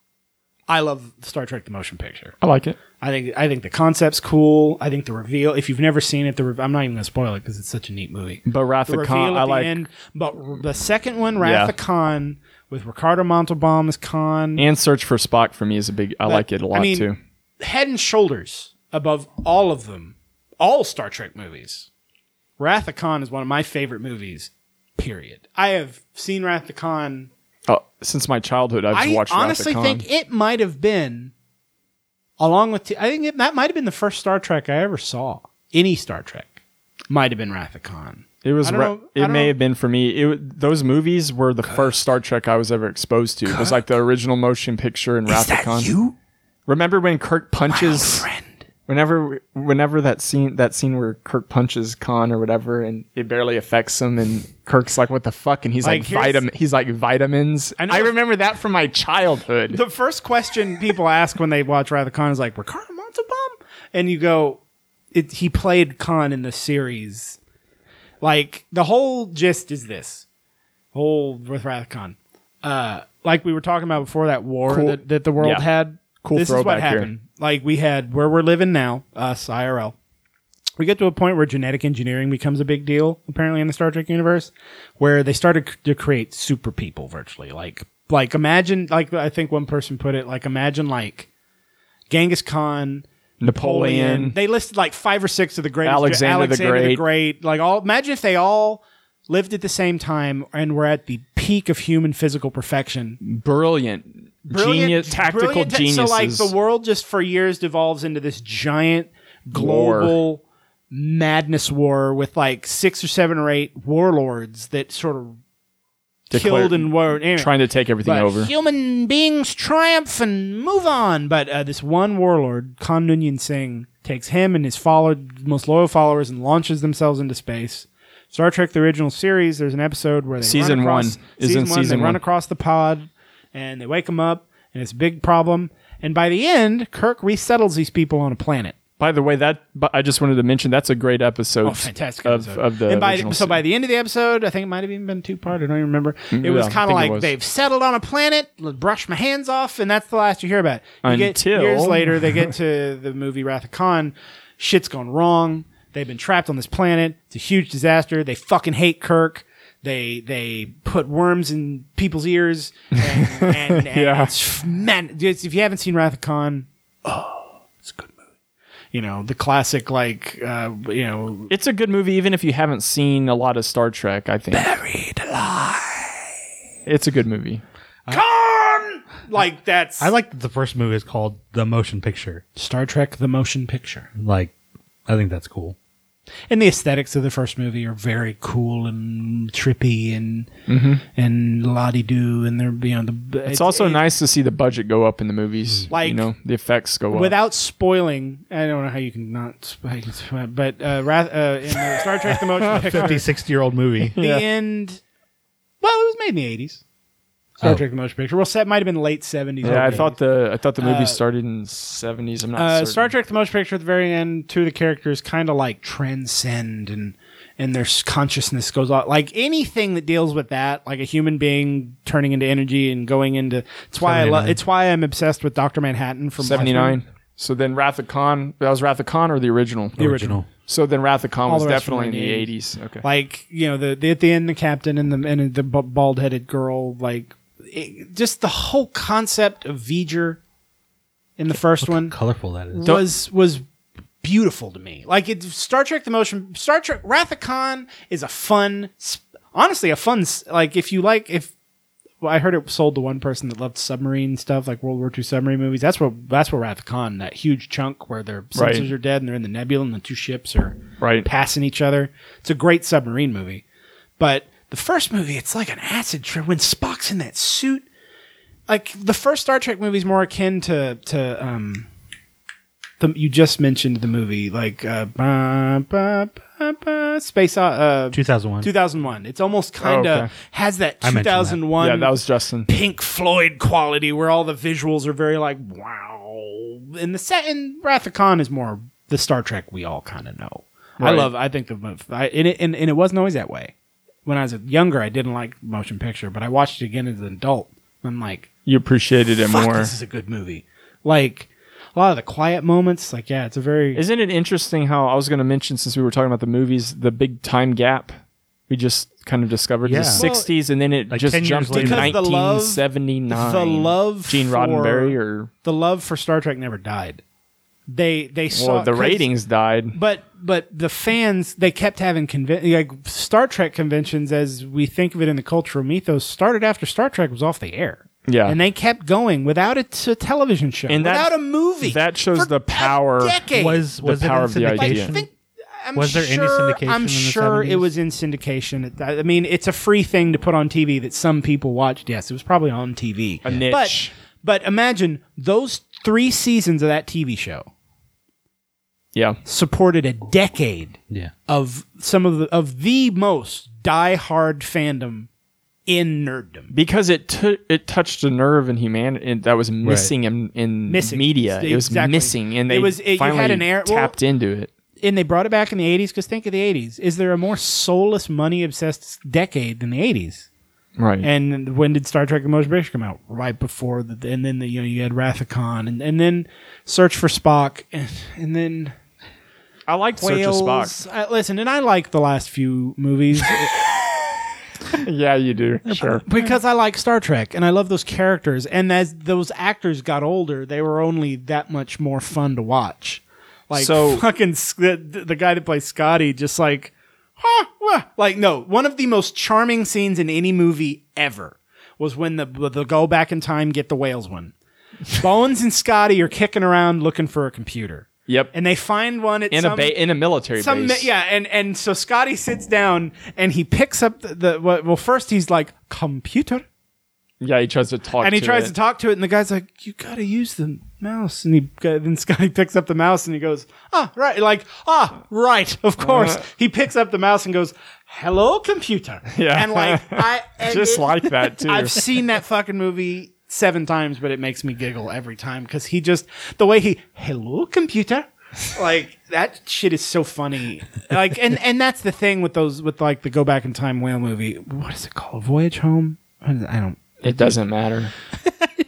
[SPEAKER 4] I love Star Trek the motion picture.
[SPEAKER 3] I like it.
[SPEAKER 4] I think I think the concept's cool. I think the reveal. If you've never seen it, the re- I'm not even gonna spoil it because it's such a neat movie.
[SPEAKER 3] But Wrath
[SPEAKER 4] The
[SPEAKER 3] of
[SPEAKER 4] reveal
[SPEAKER 3] Khan,
[SPEAKER 4] at
[SPEAKER 3] I
[SPEAKER 4] the
[SPEAKER 3] like
[SPEAKER 4] end, but r- the second one, Wrath of Khan, with Ricardo Montalban as Khan,
[SPEAKER 3] And Search for Spock for me is a big. I like it a lot
[SPEAKER 4] I mean,
[SPEAKER 3] too.
[SPEAKER 4] Head and shoulders above all of them, all Star Trek movies. Wrath of Khan is one of my favorite movies. Period. I have seen Wrath of Khan.
[SPEAKER 3] Oh, since my childhood, I've
[SPEAKER 4] I
[SPEAKER 3] watched.
[SPEAKER 4] honestly
[SPEAKER 3] Wrath of Khan.
[SPEAKER 4] think it might have been, along with, I think it, that might have been the first Star Trek I ever saw. Any Star Trek might have been Wrath of Khan.
[SPEAKER 3] it was.
[SPEAKER 4] I don't
[SPEAKER 3] Ra-
[SPEAKER 4] know- I
[SPEAKER 3] it
[SPEAKER 4] don't
[SPEAKER 3] may
[SPEAKER 4] know.
[SPEAKER 3] have been for me. It wa- those movies were the first Star Trek I was ever exposed to. It was like the original motion picture and Wrath of Khan.
[SPEAKER 7] you?
[SPEAKER 3] Remember when Kirk punches?
[SPEAKER 7] Friend.
[SPEAKER 3] Whenever, whenever that scene, that scene where Kirk punches Khan or whatever, and it barely affects him, and Kirk's like, "What the fuck?" and he's
[SPEAKER 1] Like,
[SPEAKER 3] like,
[SPEAKER 1] here's-
[SPEAKER 3] "Vitamin." He's like, "Vitamins."
[SPEAKER 1] I
[SPEAKER 3] I,
[SPEAKER 1] know-
[SPEAKER 3] remember that from my childhood.
[SPEAKER 1] The first question people ask when they watch Wrath of Khan is like, Ricardo Montalban? And you go, it, he played Khan in the series. Like, the whole gist is this. Whole with Wrath of Khan. Uh, like we were talking about before that war
[SPEAKER 3] Cool.
[SPEAKER 1] that, that the world
[SPEAKER 3] Yeah.
[SPEAKER 1] had.
[SPEAKER 3] Cool
[SPEAKER 1] This is what
[SPEAKER 3] throwback here.
[SPEAKER 1] happened. Like, we had where we're living now, uh, us, IRL. We get to a point where genetic engineering becomes a big deal, apparently, in the Star Trek universe, where they started c- to create super people virtually. Like, like imagine, like I think one person put it, like imagine like Genghis Khan,
[SPEAKER 3] Napoleon.
[SPEAKER 1] They listed like five or six of the greatest.
[SPEAKER 3] Alexander the
[SPEAKER 1] the
[SPEAKER 3] Great.
[SPEAKER 1] Great. Like all. Imagine if they all lived at the same time and were at the peak of human physical perfection
[SPEAKER 3] brilliant, genius, tactical
[SPEAKER 1] brilliant ta-
[SPEAKER 3] geniuses.
[SPEAKER 1] So like the world just for years devolves into this giant global madness war with like six or seven or eight warlords that sort of
[SPEAKER 3] Declare-
[SPEAKER 1] killed and were anyway,
[SPEAKER 3] trying to take everything
[SPEAKER 1] but
[SPEAKER 3] over.
[SPEAKER 1] Human beings triumph and move on. But uh, this one warlord, Khan Noonien Singh, takes him and his followed most loyal followers and launches themselves into space. Star Trek: The Original Series. There's an episode where they
[SPEAKER 3] Season
[SPEAKER 1] run across,
[SPEAKER 3] one is
[SPEAKER 1] season
[SPEAKER 3] in
[SPEAKER 1] one.
[SPEAKER 3] season
[SPEAKER 1] they run
[SPEAKER 3] one.
[SPEAKER 1] across the pod and they wake him up, and it's a big problem. And by the end, Kirk resettles these people on a planet.
[SPEAKER 3] By the way, that but I just wanted to mention that's a great episode.
[SPEAKER 1] Oh, fantastic
[SPEAKER 3] of,
[SPEAKER 1] episode.
[SPEAKER 3] of the
[SPEAKER 1] and by,
[SPEAKER 3] original
[SPEAKER 1] so by
[SPEAKER 3] series. Mm,
[SPEAKER 1] the end of the episode, I think it might have even been two part. I don't even remember. It was
[SPEAKER 3] I
[SPEAKER 1] kind of
[SPEAKER 3] think it
[SPEAKER 1] like
[SPEAKER 3] was.
[SPEAKER 1] they've settled on a planet. l- Brush my hands off, and that's the last you hear about. It. You get,
[SPEAKER 3] Until-
[SPEAKER 1] years later, they get to the movie Wrath of Khan. Shit's gone wrong. They've been trapped on this planet. It's a huge disaster. They fucking hate Kirk. They they put worms in people's ears. And, and, and
[SPEAKER 3] Yeah.
[SPEAKER 1] it's- man, it's- if you haven't seen Wrath of Khan, oh, it's a good movie. You know the classic like uh, you know
[SPEAKER 3] it's a good movie, even if you haven't seen a lot of Star Trek. I think it's a good movie.
[SPEAKER 1] like that's
[SPEAKER 2] I like that the first movie is called The Motion Picture.
[SPEAKER 1] Star Trek the motion picture.
[SPEAKER 2] Like, I think that's cool.
[SPEAKER 1] And the aesthetics of the first movie are very cool and trippy and
[SPEAKER 3] Mm-hmm.
[SPEAKER 1] and la di do and they're you know the
[SPEAKER 3] It's, also
[SPEAKER 1] it-
[SPEAKER 3] nice to see the budget go up in the movies.
[SPEAKER 1] Like-
[SPEAKER 3] you know, the effects go up.
[SPEAKER 1] Without spoiling, I don't know how you can not, sp- how you can sp- but uh, Wrath, uh, in the Star Trek: The Motion Picture,
[SPEAKER 2] 50, 60 year old movie.
[SPEAKER 1] the end. Well, it was made in the eighties. Star
[SPEAKER 2] Oh.
[SPEAKER 1] Trek: The Motion Picture. Well, set might have been late seventies.
[SPEAKER 3] yeah, I thought the I thought the movie started in seventies. I'm not
[SPEAKER 1] uh,
[SPEAKER 3] certain.
[SPEAKER 1] Star Trek: The Motion Picture at the very end, two of the characters kind of like transcend and and their s- consciousness goes on. Like anything that deals with that, like a human being turning into energy and going into. It's why I love.
[SPEAKER 2] 79.
[SPEAKER 1] It's why I'm obsessed with Doctor Manhattan from
[SPEAKER 3] seventy nine.
[SPEAKER 1] Watchmen.
[SPEAKER 3] So then Wrath of Khan. That was Wrath of Khan or the original.
[SPEAKER 1] The original.
[SPEAKER 3] So then Wrath of Khan
[SPEAKER 1] All
[SPEAKER 3] was
[SPEAKER 1] the rest were
[SPEAKER 3] definitely in
[SPEAKER 1] in
[SPEAKER 3] the
[SPEAKER 1] the
[SPEAKER 3] eighties. Okay.
[SPEAKER 1] Like you know the, the at the end the captain and the and the bald headed girl like it, just the whole concept of V'ger in the first one
[SPEAKER 2] Colorful that is.
[SPEAKER 1] was was beautiful to me. Like it, Star Trek: The Motion, Star Trek Wrath of Khan is a fun, s- honestly, a fun. s- Like if you like, if well, I heard it sold to one person that loved submarine stuff, like World War II submarine movies. That's where that's where Wrath of Khan, that huge chunk where their
[SPEAKER 3] Right.
[SPEAKER 1] sensors are dead and they're in the nebula and the two ships are
[SPEAKER 3] Right.
[SPEAKER 1] passing each other. It's a great submarine movie, but the first movie, it's like an acid trip when Spock's in that suit. Like the first Star Trek movie is more akin to to um, the you just mentioned the movie like uh, ba, ba, ba, ba, space uh, uh
[SPEAKER 2] 2001.
[SPEAKER 1] 2001 it's almost kind of
[SPEAKER 3] Oh, okay.
[SPEAKER 1] has that
[SPEAKER 2] mentioned that.
[SPEAKER 1] 2001
[SPEAKER 3] yeah, that was Justin.
[SPEAKER 1] pink floyd quality where all the visuals are very like wow and the set in wrath of khan is more the star trek we all kind of know i
[SPEAKER 3] Right.
[SPEAKER 1] love i think the mov- I, and, it, and, and it wasn't always that way when i was younger i didn't like motion picture but i watched it again as an adult i'm like
[SPEAKER 3] You appreciated it
[SPEAKER 1] fuck
[SPEAKER 3] more.
[SPEAKER 1] this is a good movie like a lot of the quiet moments like yeah it's a very
[SPEAKER 3] Isn't it interesting how I was going to mention since we were talking about the movies, the big time gap we just kind of discovered
[SPEAKER 2] Yeah.
[SPEAKER 3] the 60s and then it
[SPEAKER 2] Like
[SPEAKER 3] just
[SPEAKER 2] 10 years
[SPEAKER 3] jumped to
[SPEAKER 2] later.
[SPEAKER 1] Because the love-
[SPEAKER 3] 1979.
[SPEAKER 1] the love
[SPEAKER 3] Gene
[SPEAKER 1] for-
[SPEAKER 3] Roddenberry or
[SPEAKER 1] the love for Star Trek never died. They they saw
[SPEAKER 3] well, the
[SPEAKER 1] 'cause-
[SPEAKER 3] ratings died.
[SPEAKER 1] but but the fans they kept having conven- like Star Trek conventions as we think of it in the cultural mythos started after Star Trek was off the air.
[SPEAKER 3] Yeah.
[SPEAKER 1] and they kept going without a, t- television show,
[SPEAKER 3] And that-
[SPEAKER 1] without a movie.
[SPEAKER 3] that shows
[SPEAKER 1] for
[SPEAKER 3] the
[SPEAKER 1] a
[SPEAKER 3] power-
[SPEAKER 1] decade.
[SPEAKER 2] was was
[SPEAKER 3] power of
[SPEAKER 2] it in
[SPEAKER 3] the
[SPEAKER 1] like,
[SPEAKER 3] idea.
[SPEAKER 2] syndication?
[SPEAKER 1] think- I'm
[SPEAKER 2] Was there any
[SPEAKER 1] sure-
[SPEAKER 2] syndication in
[SPEAKER 1] I'm
[SPEAKER 2] the
[SPEAKER 1] sure it
[SPEAKER 2] 70s?
[SPEAKER 1] was in syndication. I I mean, it's a free thing to put on TV that some people watched. Yes, it was probably on TV.
[SPEAKER 3] A niche.
[SPEAKER 1] But but imagine those three seasons of that TV show
[SPEAKER 3] Yeah.
[SPEAKER 1] supported a decade
[SPEAKER 2] Yeah.
[SPEAKER 1] of some of the of the most die-hard fandom in nerddom.
[SPEAKER 3] Because it t- it touched a nerve in humanity that was missing in, in
[SPEAKER 1] Missing.
[SPEAKER 3] media. It was
[SPEAKER 1] Exactly.
[SPEAKER 3] missing, and
[SPEAKER 1] It
[SPEAKER 3] they
[SPEAKER 1] was- it- you
[SPEAKER 3] finally
[SPEAKER 1] had an air- well-
[SPEAKER 3] tapped into it.
[SPEAKER 1] And they brought it back in the 80s because think of the 80s. Is there a more soulless, money obsessed decade than the 80s?
[SPEAKER 3] Right.
[SPEAKER 1] And when did Star Trek: The Motion Picture come out? Right before the, and then the, you know you had Wrath of Khan, and, and then Search for Spock, and, and then
[SPEAKER 3] I liked Search of Spock.
[SPEAKER 1] Whales. I- listen, and I like the last few movies
[SPEAKER 3] Yeah, you do. Sure.
[SPEAKER 1] because I like Star Trek and I love those characters. And as those actors got older, they were only that much more fun to watch. Like
[SPEAKER 3] So-
[SPEAKER 1] fucking S- the, the guy that plays Scotty, just like, huh, wah. like no, one of the most charming scenes in any movie ever was when the the go back in time get the whales one. Bones and Scotty are kicking around looking for a computer,
[SPEAKER 3] Yep.
[SPEAKER 1] and they find one at
[SPEAKER 3] in
[SPEAKER 1] some,
[SPEAKER 3] a ba- in a military
[SPEAKER 1] some
[SPEAKER 3] base.
[SPEAKER 1] yeah and and so scotty sits down and he picks up the, the well well, first he's like computer
[SPEAKER 3] Yeah, he tries to talk.
[SPEAKER 1] and he
[SPEAKER 3] to
[SPEAKER 1] tries
[SPEAKER 3] it.
[SPEAKER 1] to talk to it and the guy's like you gotta use the mouse and he go- then scotty picks up the mouse and he goes ah right like ah right of course he picks up the mouse and goes hello computer
[SPEAKER 3] Yeah.
[SPEAKER 1] and like i and
[SPEAKER 3] Just
[SPEAKER 1] it-
[SPEAKER 3] like that too.
[SPEAKER 1] I've seen that fucking movie seven times, but it makes me giggle every time because he just the way he hello computer, like that shit is so funny. Like and and that's the thing with those with like the go back in time whale movie. What is it called? Voyage home? What is it? I don't.
[SPEAKER 3] it doesn't matter.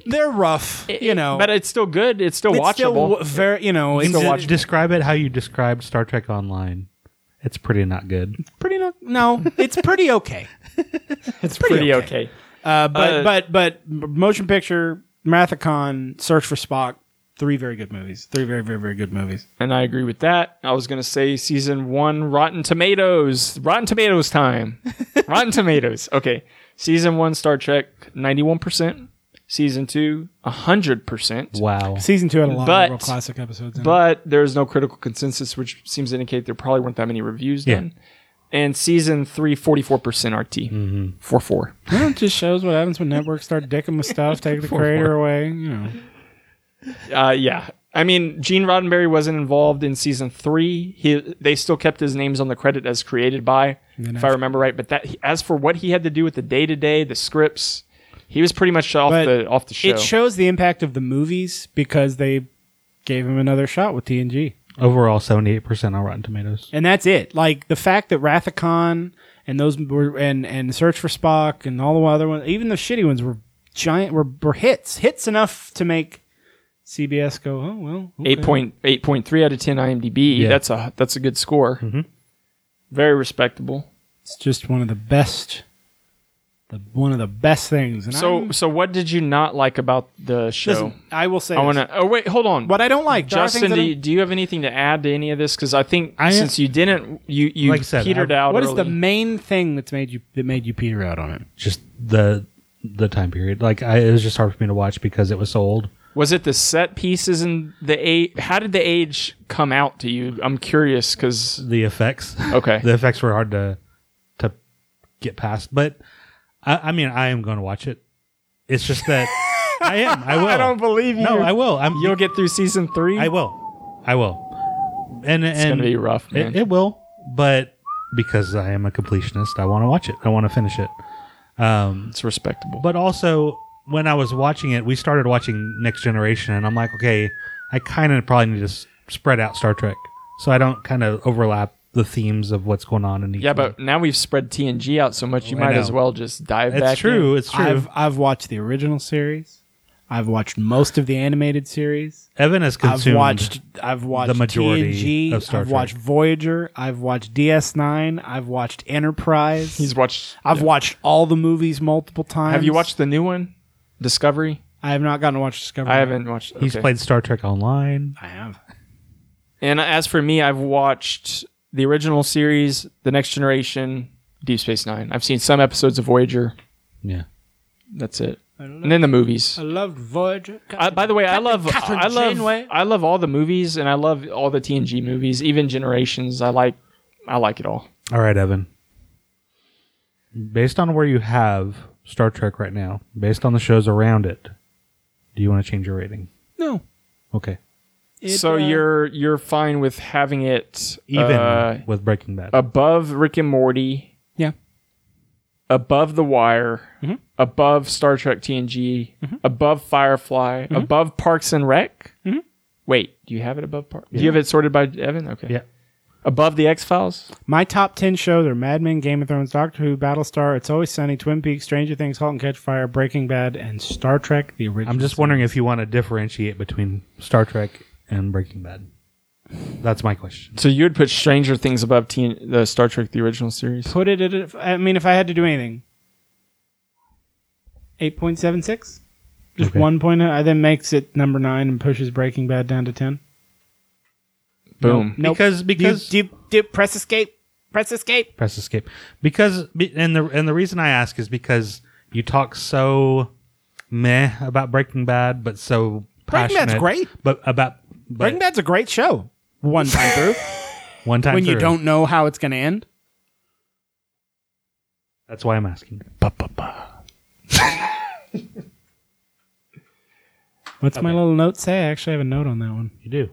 [SPEAKER 1] They're rough, you know.
[SPEAKER 3] But it's still good. It's still
[SPEAKER 1] it's
[SPEAKER 3] watchable.
[SPEAKER 1] still w- very, you know, it's
[SPEAKER 2] D- describe it how you described Star Trek Online. It's pretty not good.
[SPEAKER 1] pretty no, no, it's pretty okay. it's pretty,
[SPEAKER 3] Pretty
[SPEAKER 1] okay.
[SPEAKER 3] okay.
[SPEAKER 1] Uh, but
[SPEAKER 3] Uh,
[SPEAKER 1] but but motion picture, Marathon, Search for Spock, three very good movies. Three very very very good movies.
[SPEAKER 3] And I agree with that. I was going to say season one, Rotten Tomatoes. Rotten Tomatoes time. Rotten Tomatoes. Okay. Season one, Star Trek, 91%. Season two, 100%.
[SPEAKER 2] Wow.
[SPEAKER 1] Season two had a lot
[SPEAKER 3] But-
[SPEAKER 1] of real classic episodes. In it.
[SPEAKER 3] But there's no critical consensus, which seems to indicate there probably weren't that many reviews
[SPEAKER 2] Yeah.
[SPEAKER 3] done. And season three, 44% RT.
[SPEAKER 2] Mm-hmm.
[SPEAKER 3] mm 4 4.
[SPEAKER 1] You know, it just shows what happens when networks start dicking with stuff, take the creator away. You know,
[SPEAKER 3] Uh, yeah. I mean, Gene Roddenberry wasn't involved in season three. He they still kept his names on the credit as created by, if I remember right. But that as for what he had to do with the day to day, the scripts, he was pretty much off
[SPEAKER 1] But
[SPEAKER 3] the off the show.
[SPEAKER 1] it shows the impact of the movies because they gave him another shot with TNG,
[SPEAKER 2] Overall, seventy-eight percent on Rotten Tomatoes.
[SPEAKER 1] and that's it. Like the fact that Rathacon and those were and and Search for Spock and all the other ones, even the shitty ones were giant were, were hits, hits enough to make CBS go, oh well, okay.
[SPEAKER 3] Eight point eight point three out of ten IMDb.
[SPEAKER 2] Yeah.
[SPEAKER 3] That's a that's a good score.
[SPEAKER 1] Mm-hmm.
[SPEAKER 3] Very respectable.
[SPEAKER 1] It's just one of the best, the one of the best things. And
[SPEAKER 3] So
[SPEAKER 1] I'm-
[SPEAKER 3] so what did you not like about the show?
[SPEAKER 1] listen, I will say,
[SPEAKER 3] I
[SPEAKER 1] this.
[SPEAKER 3] want to. Oh wait, hold on.
[SPEAKER 1] What I don't like, there are
[SPEAKER 3] Justin,
[SPEAKER 1] things I
[SPEAKER 3] do
[SPEAKER 1] don't-
[SPEAKER 3] you, do you have anything to add to any of this? Because I think
[SPEAKER 2] I-
[SPEAKER 3] since you didn't, you you
[SPEAKER 2] Like I said,
[SPEAKER 3] petered
[SPEAKER 2] I-
[SPEAKER 3] out.
[SPEAKER 1] What is the
[SPEAKER 3] early.
[SPEAKER 1] main thing that's made you that made you peter out on it?
[SPEAKER 2] Just the the time period. Like I, it was just hard for me to watch because it was so old.
[SPEAKER 3] Was it the set pieces and the age? How did the age come out to you? I'm curious because
[SPEAKER 2] The effects.
[SPEAKER 3] okay,
[SPEAKER 2] the effects were hard to to get past. But I, I mean, I am going to watch it. It's just that I am. I will.
[SPEAKER 3] I don't believe you.
[SPEAKER 2] No, I will. I'm.
[SPEAKER 3] You'll get through season three.
[SPEAKER 2] I will. I will. And
[SPEAKER 3] it's
[SPEAKER 2] and
[SPEAKER 3] gonna be rough, man.
[SPEAKER 2] It, it will, but because I am a completionist, I want to watch it. I want to finish it.
[SPEAKER 3] it's respectable.
[SPEAKER 2] But also, when I was watching it, we started watching Next Generation, and I'm like, okay, I kind of probably need to s- spread out Star Trek so I don't kind of overlap the themes of what's going on in each.
[SPEAKER 3] yeah,
[SPEAKER 2] one.
[SPEAKER 3] but now we've spread TNG out so much, you
[SPEAKER 2] I
[SPEAKER 3] might as
[SPEAKER 2] know.
[SPEAKER 3] well just dive back.
[SPEAKER 2] it's true. It's true.
[SPEAKER 1] I've I've watched the original series. I've watched most of the animated series.
[SPEAKER 2] Evan has consumed.
[SPEAKER 1] I've watched I've watched
[SPEAKER 2] the majority
[SPEAKER 1] TNG.
[SPEAKER 2] of Star
[SPEAKER 1] I've
[SPEAKER 2] Trek.
[SPEAKER 1] watched Voyager. I've watched DS9. I've watched Enterprise.
[SPEAKER 3] In. He's watched.
[SPEAKER 1] I've watched all the movies multiple times.
[SPEAKER 3] Have you watched the new one, Discovery?
[SPEAKER 1] I have not gotten to watch Discovery.
[SPEAKER 3] I haven't watched.
[SPEAKER 2] He's
[SPEAKER 3] okay.
[SPEAKER 2] played Star Trek Online.
[SPEAKER 1] I have.
[SPEAKER 3] And as for me, I've watched the original series, The Next Generation, Deep Space Nine. I've seen some episodes of Voyager.
[SPEAKER 2] Yeah.
[SPEAKER 3] That's it. And then the movies.
[SPEAKER 1] I loved Voyager.
[SPEAKER 3] I, by the way, I love
[SPEAKER 1] Captain
[SPEAKER 3] I love
[SPEAKER 1] Janeway.
[SPEAKER 3] I love all the movies and I love all the TNG movies, even Generations. I like I like it all.
[SPEAKER 2] All right, Evan. Based on where you have Star Trek right now, based on the shows around it, do you want to change your rating?
[SPEAKER 1] No.
[SPEAKER 2] Okay.
[SPEAKER 1] uh,
[SPEAKER 3] so you're you're fine with having it
[SPEAKER 2] even
[SPEAKER 3] uh,
[SPEAKER 2] with Breaking Bad.
[SPEAKER 3] above Rick and Morty.
[SPEAKER 1] Yeah. Mm-hmm.
[SPEAKER 3] Above The Wire, above Star Trek TNG, above Firefly,
[SPEAKER 1] Mm-hmm.
[SPEAKER 3] above Parks and Rec. Wait, do you have it above Parks? Do you have it sorted by Evan? Okay.
[SPEAKER 2] Yeah.
[SPEAKER 3] Above the X Files.
[SPEAKER 1] My top 10 shows are Mad Men, Game of Thrones, Doctor Who, Battlestar, It's Always Sunny, Twin Peaks, Stranger Things, Halt and Catch Fire, Breaking Bad, and Star Trek, the original.
[SPEAKER 2] I'm just wondering if you want to differentiate between Star Trek and Breaking Bad. That's my question.
[SPEAKER 3] So you would put Stranger Things above TN- the Star Trek the original series.
[SPEAKER 1] Put it at, if- I mean, if I had to do anything, 8.76? Just
[SPEAKER 2] Okay.
[SPEAKER 1] one point. I then makes it number nine and pushes Breaking Bad down to 10.
[SPEAKER 3] Boom.
[SPEAKER 1] Nope.
[SPEAKER 2] Because because
[SPEAKER 1] Dip, dip, press escape. Press escape.
[SPEAKER 2] press escape because be- and the and the reason I ask is because you talk so meh about Breaking Bad, but so
[SPEAKER 1] Breaking
[SPEAKER 2] passionate,
[SPEAKER 1] Bad's great.
[SPEAKER 2] but about but
[SPEAKER 1] Breaking Bad's a great show. One time through.
[SPEAKER 2] one time
[SPEAKER 1] when you
[SPEAKER 2] through.
[SPEAKER 1] don't know how it's going to end.
[SPEAKER 2] That's why I'm asking.
[SPEAKER 1] What's my little note say? I actually have a note on that one.
[SPEAKER 2] You do.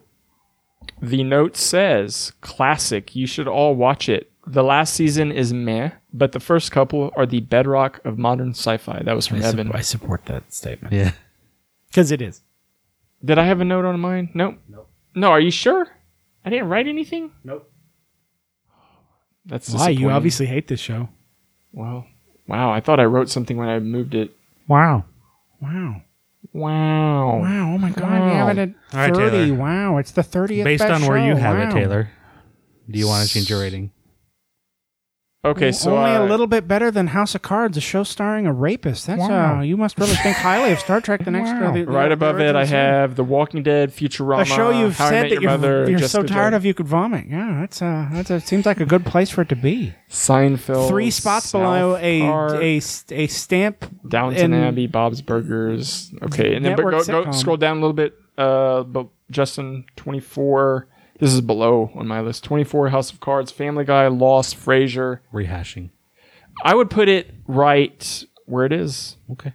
[SPEAKER 3] The note says classic. You should all watch it. The last season is meh, but the first couple are the bedrock of modern sci-fi. That was from Evan.
[SPEAKER 5] support that statement.
[SPEAKER 2] Yeah.
[SPEAKER 1] Because it is.
[SPEAKER 3] Did I have a note on mine? Nope. Nope. No, are you sure? I didn't write anything? Nope. That's
[SPEAKER 1] Why? You
[SPEAKER 3] disappointing.
[SPEAKER 1] obviously hate this show.
[SPEAKER 3] Well, wow, I thought I wrote something when I moved it.
[SPEAKER 2] Wow.
[SPEAKER 1] Wow.
[SPEAKER 3] Wow.
[SPEAKER 1] Wow. Oh my God.
[SPEAKER 3] Wow.
[SPEAKER 1] You have it
[SPEAKER 2] All right,
[SPEAKER 1] at 30.
[SPEAKER 2] Taylor.
[SPEAKER 1] wow. It's the 30th.
[SPEAKER 2] Based
[SPEAKER 1] best
[SPEAKER 2] on where you
[SPEAKER 1] show.
[SPEAKER 2] have it,
[SPEAKER 1] Wow.
[SPEAKER 2] Taylor, do you want to change your rating?
[SPEAKER 3] Okay, so
[SPEAKER 1] Only
[SPEAKER 3] uh,
[SPEAKER 1] a little bit better than House of Cards, a show starring a rapist. That's
[SPEAKER 2] Wow.
[SPEAKER 1] uh, you must really think highly of Star Trek. The next
[SPEAKER 2] Wow.
[SPEAKER 1] the- the-
[SPEAKER 3] right
[SPEAKER 1] the
[SPEAKER 3] above it
[SPEAKER 1] original
[SPEAKER 3] I
[SPEAKER 1] series.
[SPEAKER 3] have The Walking Dead, Futurama,
[SPEAKER 1] a show you've
[SPEAKER 3] How I Met
[SPEAKER 1] said that
[SPEAKER 3] Your Mother,
[SPEAKER 1] you're, you're so
[SPEAKER 3] Jessica
[SPEAKER 1] tired
[SPEAKER 3] Jones,
[SPEAKER 1] of you could vomit. Yeah, that's uh, that's a, seems like a good place for it to be.
[SPEAKER 3] Seinfeld,
[SPEAKER 1] Three spots
[SPEAKER 3] South
[SPEAKER 1] below a,
[SPEAKER 3] Park,
[SPEAKER 1] a a stamp.
[SPEAKER 3] Downton
[SPEAKER 1] and-
[SPEAKER 3] Abbey, Bob's Burgers. Okay, and then but go,
[SPEAKER 1] Network
[SPEAKER 3] go
[SPEAKER 1] sitcom.
[SPEAKER 3] scroll down a little bit. Uh, but Justin twenty four. This is below on my list. Twenty four House of Cards, Family Guy, Lost, Frasier.
[SPEAKER 2] Rehashing.
[SPEAKER 3] I would put it right where it is.
[SPEAKER 2] Okay.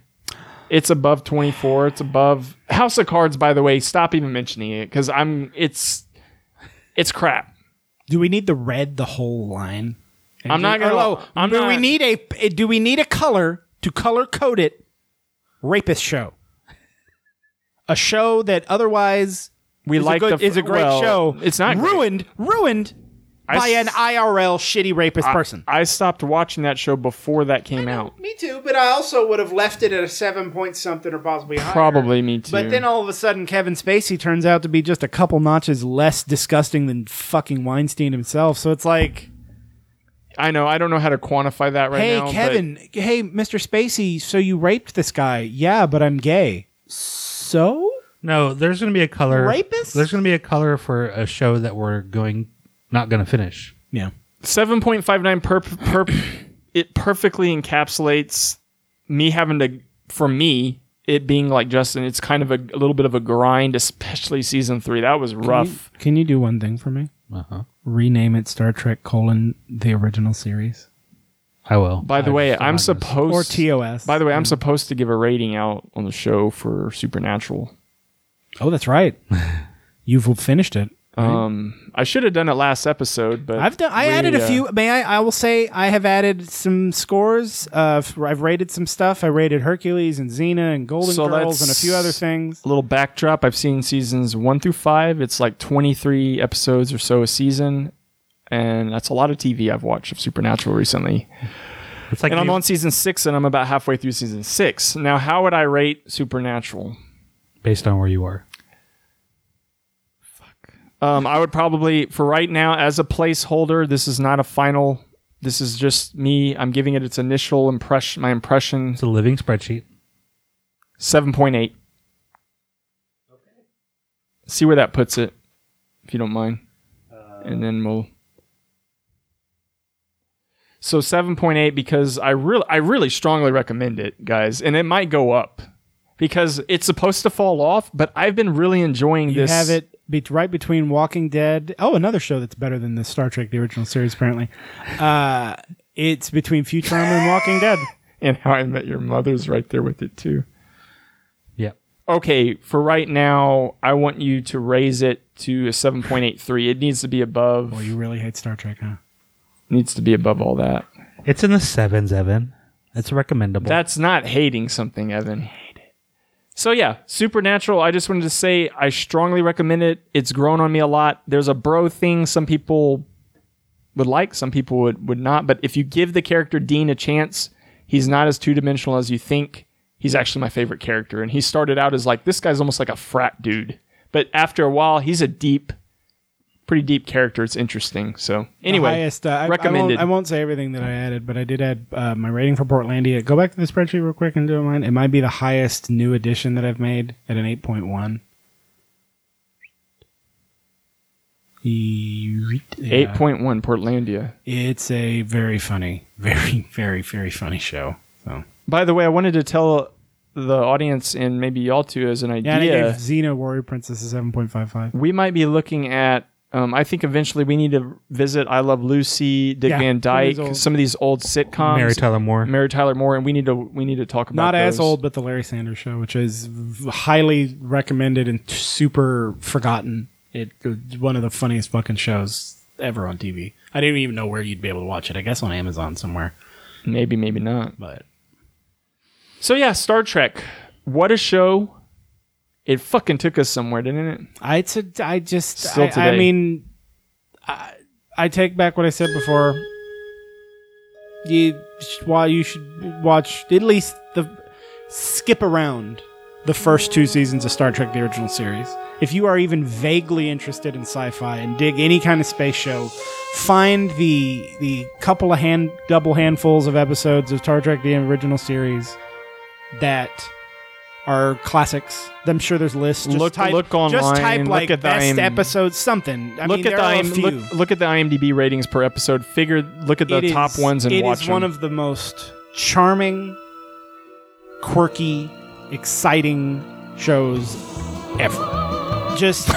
[SPEAKER 3] It's above twenty four. It's above House of Cards. By the way, stop even mentioning it because I'm. It's it's crap.
[SPEAKER 1] Do we need the red the whole line?
[SPEAKER 3] I'm not gonna.
[SPEAKER 1] Or, oh,
[SPEAKER 3] I'm
[SPEAKER 1] do
[SPEAKER 3] not,
[SPEAKER 1] we need a eh, do we need a color to color code it? Rapist show. A show that otherwise
[SPEAKER 3] We
[SPEAKER 1] is
[SPEAKER 3] like
[SPEAKER 1] a good,
[SPEAKER 3] the,
[SPEAKER 1] is a great
[SPEAKER 3] well,
[SPEAKER 1] show.
[SPEAKER 3] It's not great.
[SPEAKER 1] ruined ruined by an
[SPEAKER 3] s-
[SPEAKER 1] IRL shitty rapist person.
[SPEAKER 3] I stopped watching that show before that came out.
[SPEAKER 1] me too, but I also would have left it at a seven point something or possibly higher.
[SPEAKER 3] Probably me too.
[SPEAKER 1] But then all of a sudden, Kevin Spacey turns out to be just a couple notches less disgusting than fucking Weinstein himself. So it's like,
[SPEAKER 3] I know. I don't know how to quantify that right
[SPEAKER 1] hey,
[SPEAKER 3] now. but-
[SPEAKER 1] Kevin, hey, Mr. Spacey, so you raped this guy. Yeah, but I'm gay. So?
[SPEAKER 2] No, there's going to be a color.
[SPEAKER 1] Rapist?
[SPEAKER 2] There's going to be a color for a show that we're going not going to finish.
[SPEAKER 1] Yeah.
[SPEAKER 3] seven point five nine per per it perfectly encapsulates me having to for me it being like Justin. It's kind of a, a little bit of a grind, especially season three. That was rough.
[SPEAKER 1] Can you do one thing for me?
[SPEAKER 2] Uh huh.
[SPEAKER 1] Rename it Star Trek colon the original series
[SPEAKER 2] I will.
[SPEAKER 3] By the
[SPEAKER 2] I
[SPEAKER 3] way,
[SPEAKER 2] just
[SPEAKER 3] I'm
[SPEAKER 2] don't have this.
[SPEAKER 3] supposed
[SPEAKER 1] or Mm-hmm. TOS.
[SPEAKER 3] By the way, I'm supposed to give a rating out on the show for Supernatural.
[SPEAKER 1] oh, that's right. You've finished it.
[SPEAKER 3] Um, I should have done it last episode, but
[SPEAKER 1] I've done. I
[SPEAKER 3] we,
[SPEAKER 1] added a
[SPEAKER 3] uh,
[SPEAKER 1] few. May I? I will say I have added some scores. Uh, f- I've rated some stuff. I rated Hercules and Xena and Golden
[SPEAKER 3] So
[SPEAKER 1] Girls and a
[SPEAKER 3] let's-
[SPEAKER 1] few other things.
[SPEAKER 3] A little backdrop. I've seen seasons one through five. It's like 23 episodes or so a season. And that's a lot of TV I've watched of Supernatural recently.
[SPEAKER 2] It's like
[SPEAKER 3] And I'm
[SPEAKER 2] you-
[SPEAKER 3] on season six and I'm about halfway through season six. Now, how would I rate Supernatural?
[SPEAKER 2] based on where you are.
[SPEAKER 3] Um, I would probably, for right now, as a placeholder, this is not a final. This is just me. I'm giving it its initial impression, my impression,
[SPEAKER 2] It's a living spreadsheet.
[SPEAKER 3] 7.8. See where that puts it, if you don't mind.
[SPEAKER 1] Uh,
[SPEAKER 3] and then we'll. So 7.8 because I really I really strongly recommend it, guys, and it might go up because it's supposed to fall off, but I've been really enjoying
[SPEAKER 1] You
[SPEAKER 3] this.
[SPEAKER 1] have it be- right between Walking Dead. Oh, another show that's better than the Star Trek the original series. Apparently, uh, it's between Futurama and Walking Dead.
[SPEAKER 3] and how I met your mother's right there with it too.
[SPEAKER 2] Yep.
[SPEAKER 3] Okay, for right now, I want you to raise it to a 7.83. It needs to be above.
[SPEAKER 4] Well, you really hate Star Trek, huh?
[SPEAKER 3] needs to be above all that.
[SPEAKER 2] It's in the sevens, Evan. It's recommendable.
[SPEAKER 3] That's not hating something, Evan. So yeah, Supernatural. I just wanted to say I strongly recommend it. It's grown on me a lot. There's a bro thing some people would like, some people would would not. But if you give the character Dean a chance, he's not as two dimensional as you think. He's actually my favorite character, and he started out as like this guy's almost like a frat dude. But after a while, he's a deep, pretty deep character. It's interesting. So anyway,
[SPEAKER 4] The highest, uh, I- I,
[SPEAKER 3] recommended.
[SPEAKER 4] won't, I won't say everything that I added, but I did add uh, my rating for Portlandia. Go back to the spreadsheet real quick and do mine. It might be the highest new addition that I've made at an 8.1.
[SPEAKER 3] Eight
[SPEAKER 4] Yeah.
[SPEAKER 3] point one Portlandia.
[SPEAKER 4] It's a very funny, very, very, very funny show. So
[SPEAKER 3] By the way, I wanted to tell the audience and maybe y'all too as an
[SPEAKER 4] yeah, and I
[SPEAKER 3] idea.
[SPEAKER 4] gave Xena Warrior Princess a seven point five five.
[SPEAKER 3] we might be looking at. Um, I think eventually we need to visit I Love Lucy, Dick
[SPEAKER 4] Yeah,
[SPEAKER 3] Van
[SPEAKER 4] some of these
[SPEAKER 3] Dyke,
[SPEAKER 4] old-
[SPEAKER 3] some of these old sitcoms.
[SPEAKER 2] Mary Tyler Moore.
[SPEAKER 3] Mary Tyler Moore, and we need to we need to talk about
[SPEAKER 4] Not as
[SPEAKER 3] those.
[SPEAKER 4] old, but the Larry Sanders Show, which is v- highly recommended and t- super forgotten. It it's one of the funniest fucking shows ever on TV. I didn't even know where you'd be able to watch it. I guess on Amazon somewhere,
[SPEAKER 3] Maybe, maybe not.
[SPEAKER 4] but
[SPEAKER 3] So yeah, Star Trek. What a show! It fucking took us somewhere, didn't it?
[SPEAKER 4] I it's a, I just
[SPEAKER 3] Still
[SPEAKER 4] I, I
[SPEAKER 3] today.
[SPEAKER 4] mean I I take back what I said before. You sh- why you should watch at least the skip around the first two seasons of Star Trek the original series. If you are even vaguely interested in sci-fi and dig any kind of space show, find the the couple of hand double handfuls of episodes of Star Trek the original series that are classics. I'm sure there's lists. Just
[SPEAKER 3] Look-
[SPEAKER 4] type,
[SPEAKER 3] look
[SPEAKER 4] Just
[SPEAKER 3] online,
[SPEAKER 4] type
[SPEAKER 3] look
[SPEAKER 4] like
[SPEAKER 3] at the
[SPEAKER 4] best
[SPEAKER 3] IM
[SPEAKER 4] episodes, something. I
[SPEAKER 3] look
[SPEAKER 4] mean,
[SPEAKER 3] at
[SPEAKER 4] there
[SPEAKER 3] the
[SPEAKER 4] are a
[SPEAKER 3] IM,
[SPEAKER 4] few.
[SPEAKER 3] look, look at the IMDb ratings per episode. Figure look at the
[SPEAKER 4] It
[SPEAKER 3] top
[SPEAKER 4] is-
[SPEAKER 3] ones and
[SPEAKER 4] it
[SPEAKER 3] watch
[SPEAKER 4] is one
[SPEAKER 3] them.
[SPEAKER 4] of the most charming, quirky, exciting shows ever. Just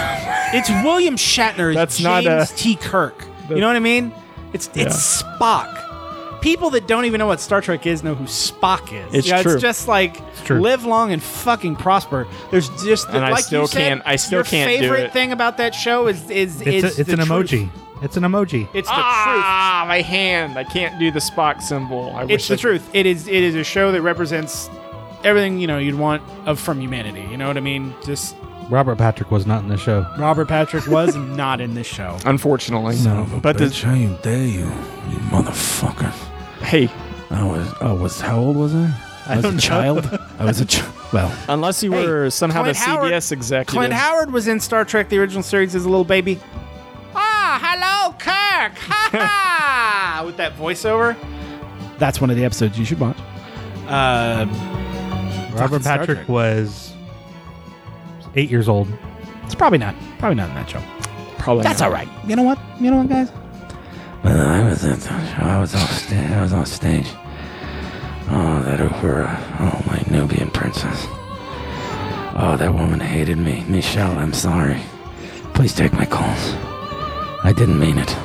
[SPEAKER 4] it's William Shatner. it's
[SPEAKER 3] That's not
[SPEAKER 4] James
[SPEAKER 3] a-
[SPEAKER 4] T. Kirk. You know what I mean? It's it's Spock. People that don't even know what Star Trek is know who Spock is.
[SPEAKER 3] It's
[SPEAKER 4] Yeah,
[SPEAKER 3] true.
[SPEAKER 4] It's just like
[SPEAKER 2] true.
[SPEAKER 4] live long and fucking prosper. There's just
[SPEAKER 3] And I
[SPEAKER 4] like
[SPEAKER 3] still
[SPEAKER 4] you said,
[SPEAKER 3] can't- I still
[SPEAKER 4] your
[SPEAKER 3] can't do
[SPEAKER 4] favorite
[SPEAKER 3] it.
[SPEAKER 4] thing about that show is is
[SPEAKER 2] It's,
[SPEAKER 4] is
[SPEAKER 2] a, it's
[SPEAKER 4] the
[SPEAKER 2] an
[SPEAKER 4] truth.
[SPEAKER 2] emoji. It's an emoji.
[SPEAKER 4] It's the truth.
[SPEAKER 3] ah, my hand. I can't do the Spock symbol. I
[SPEAKER 4] it's
[SPEAKER 3] wish
[SPEAKER 4] the
[SPEAKER 3] I could.
[SPEAKER 4] truth. It is it is a show that represents everything you know you'd want of from humanity. You know what I mean? Just
[SPEAKER 2] Robert Patrick was not in the show.
[SPEAKER 4] Robert Patrick was not in this show.
[SPEAKER 3] Unfortunately,
[SPEAKER 5] but
[SPEAKER 3] But
[SPEAKER 5] bitch, how you dare you, you motherfucker!
[SPEAKER 3] hey,
[SPEAKER 5] I was, I was, how old was I? I, was a child. I was a child. Well,
[SPEAKER 3] unless you were somehow
[SPEAKER 4] Clint
[SPEAKER 3] the
[SPEAKER 4] Howard-
[SPEAKER 3] CBS executive,
[SPEAKER 4] Clint Howard was in Star Trek: The Original Series as a little baby. Ah, hello, Kirk! Ha ha! With that voiceover, that's one of the episodes you should watch. Uh,
[SPEAKER 2] Robert
[SPEAKER 4] Star
[SPEAKER 2] Patrick
[SPEAKER 4] Trek.
[SPEAKER 2] was eight years old.
[SPEAKER 4] it's probably not, probably not in that show.
[SPEAKER 3] probably
[SPEAKER 4] That's all right. You know what? You know what, guys?
[SPEAKER 5] Well, I was at the, I was on stage. I was on stage. Oh, that Uhura. Oh, my Nubian princess. Oh, that woman hated me. Michelle, I'm sorry. Please take my calls. I didn't mean it.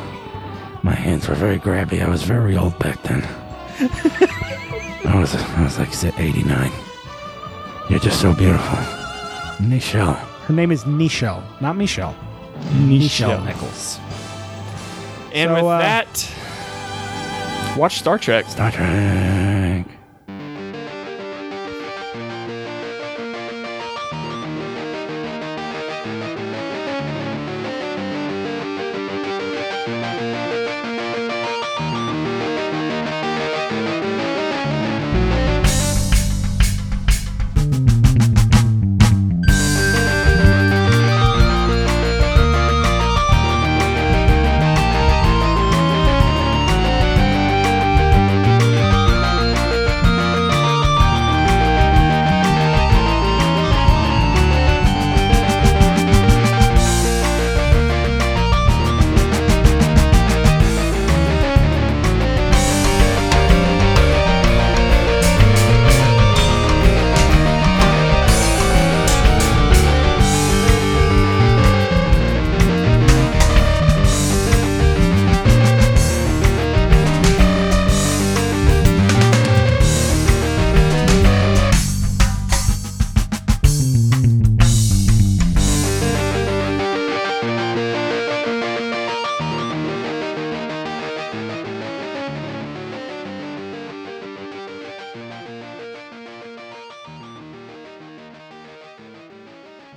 [SPEAKER 5] My hands were very grabby. I was very old back then. I was I was like say, 89. You're just so beautiful. Michelle.
[SPEAKER 4] Her name is Nichelle, not Michelle. Nichelle Nichols.
[SPEAKER 3] And
[SPEAKER 4] So,
[SPEAKER 3] with
[SPEAKER 4] uh,
[SPEAKER 3] that, watch Star Trek.
[SPEAKER 5] Star Trek.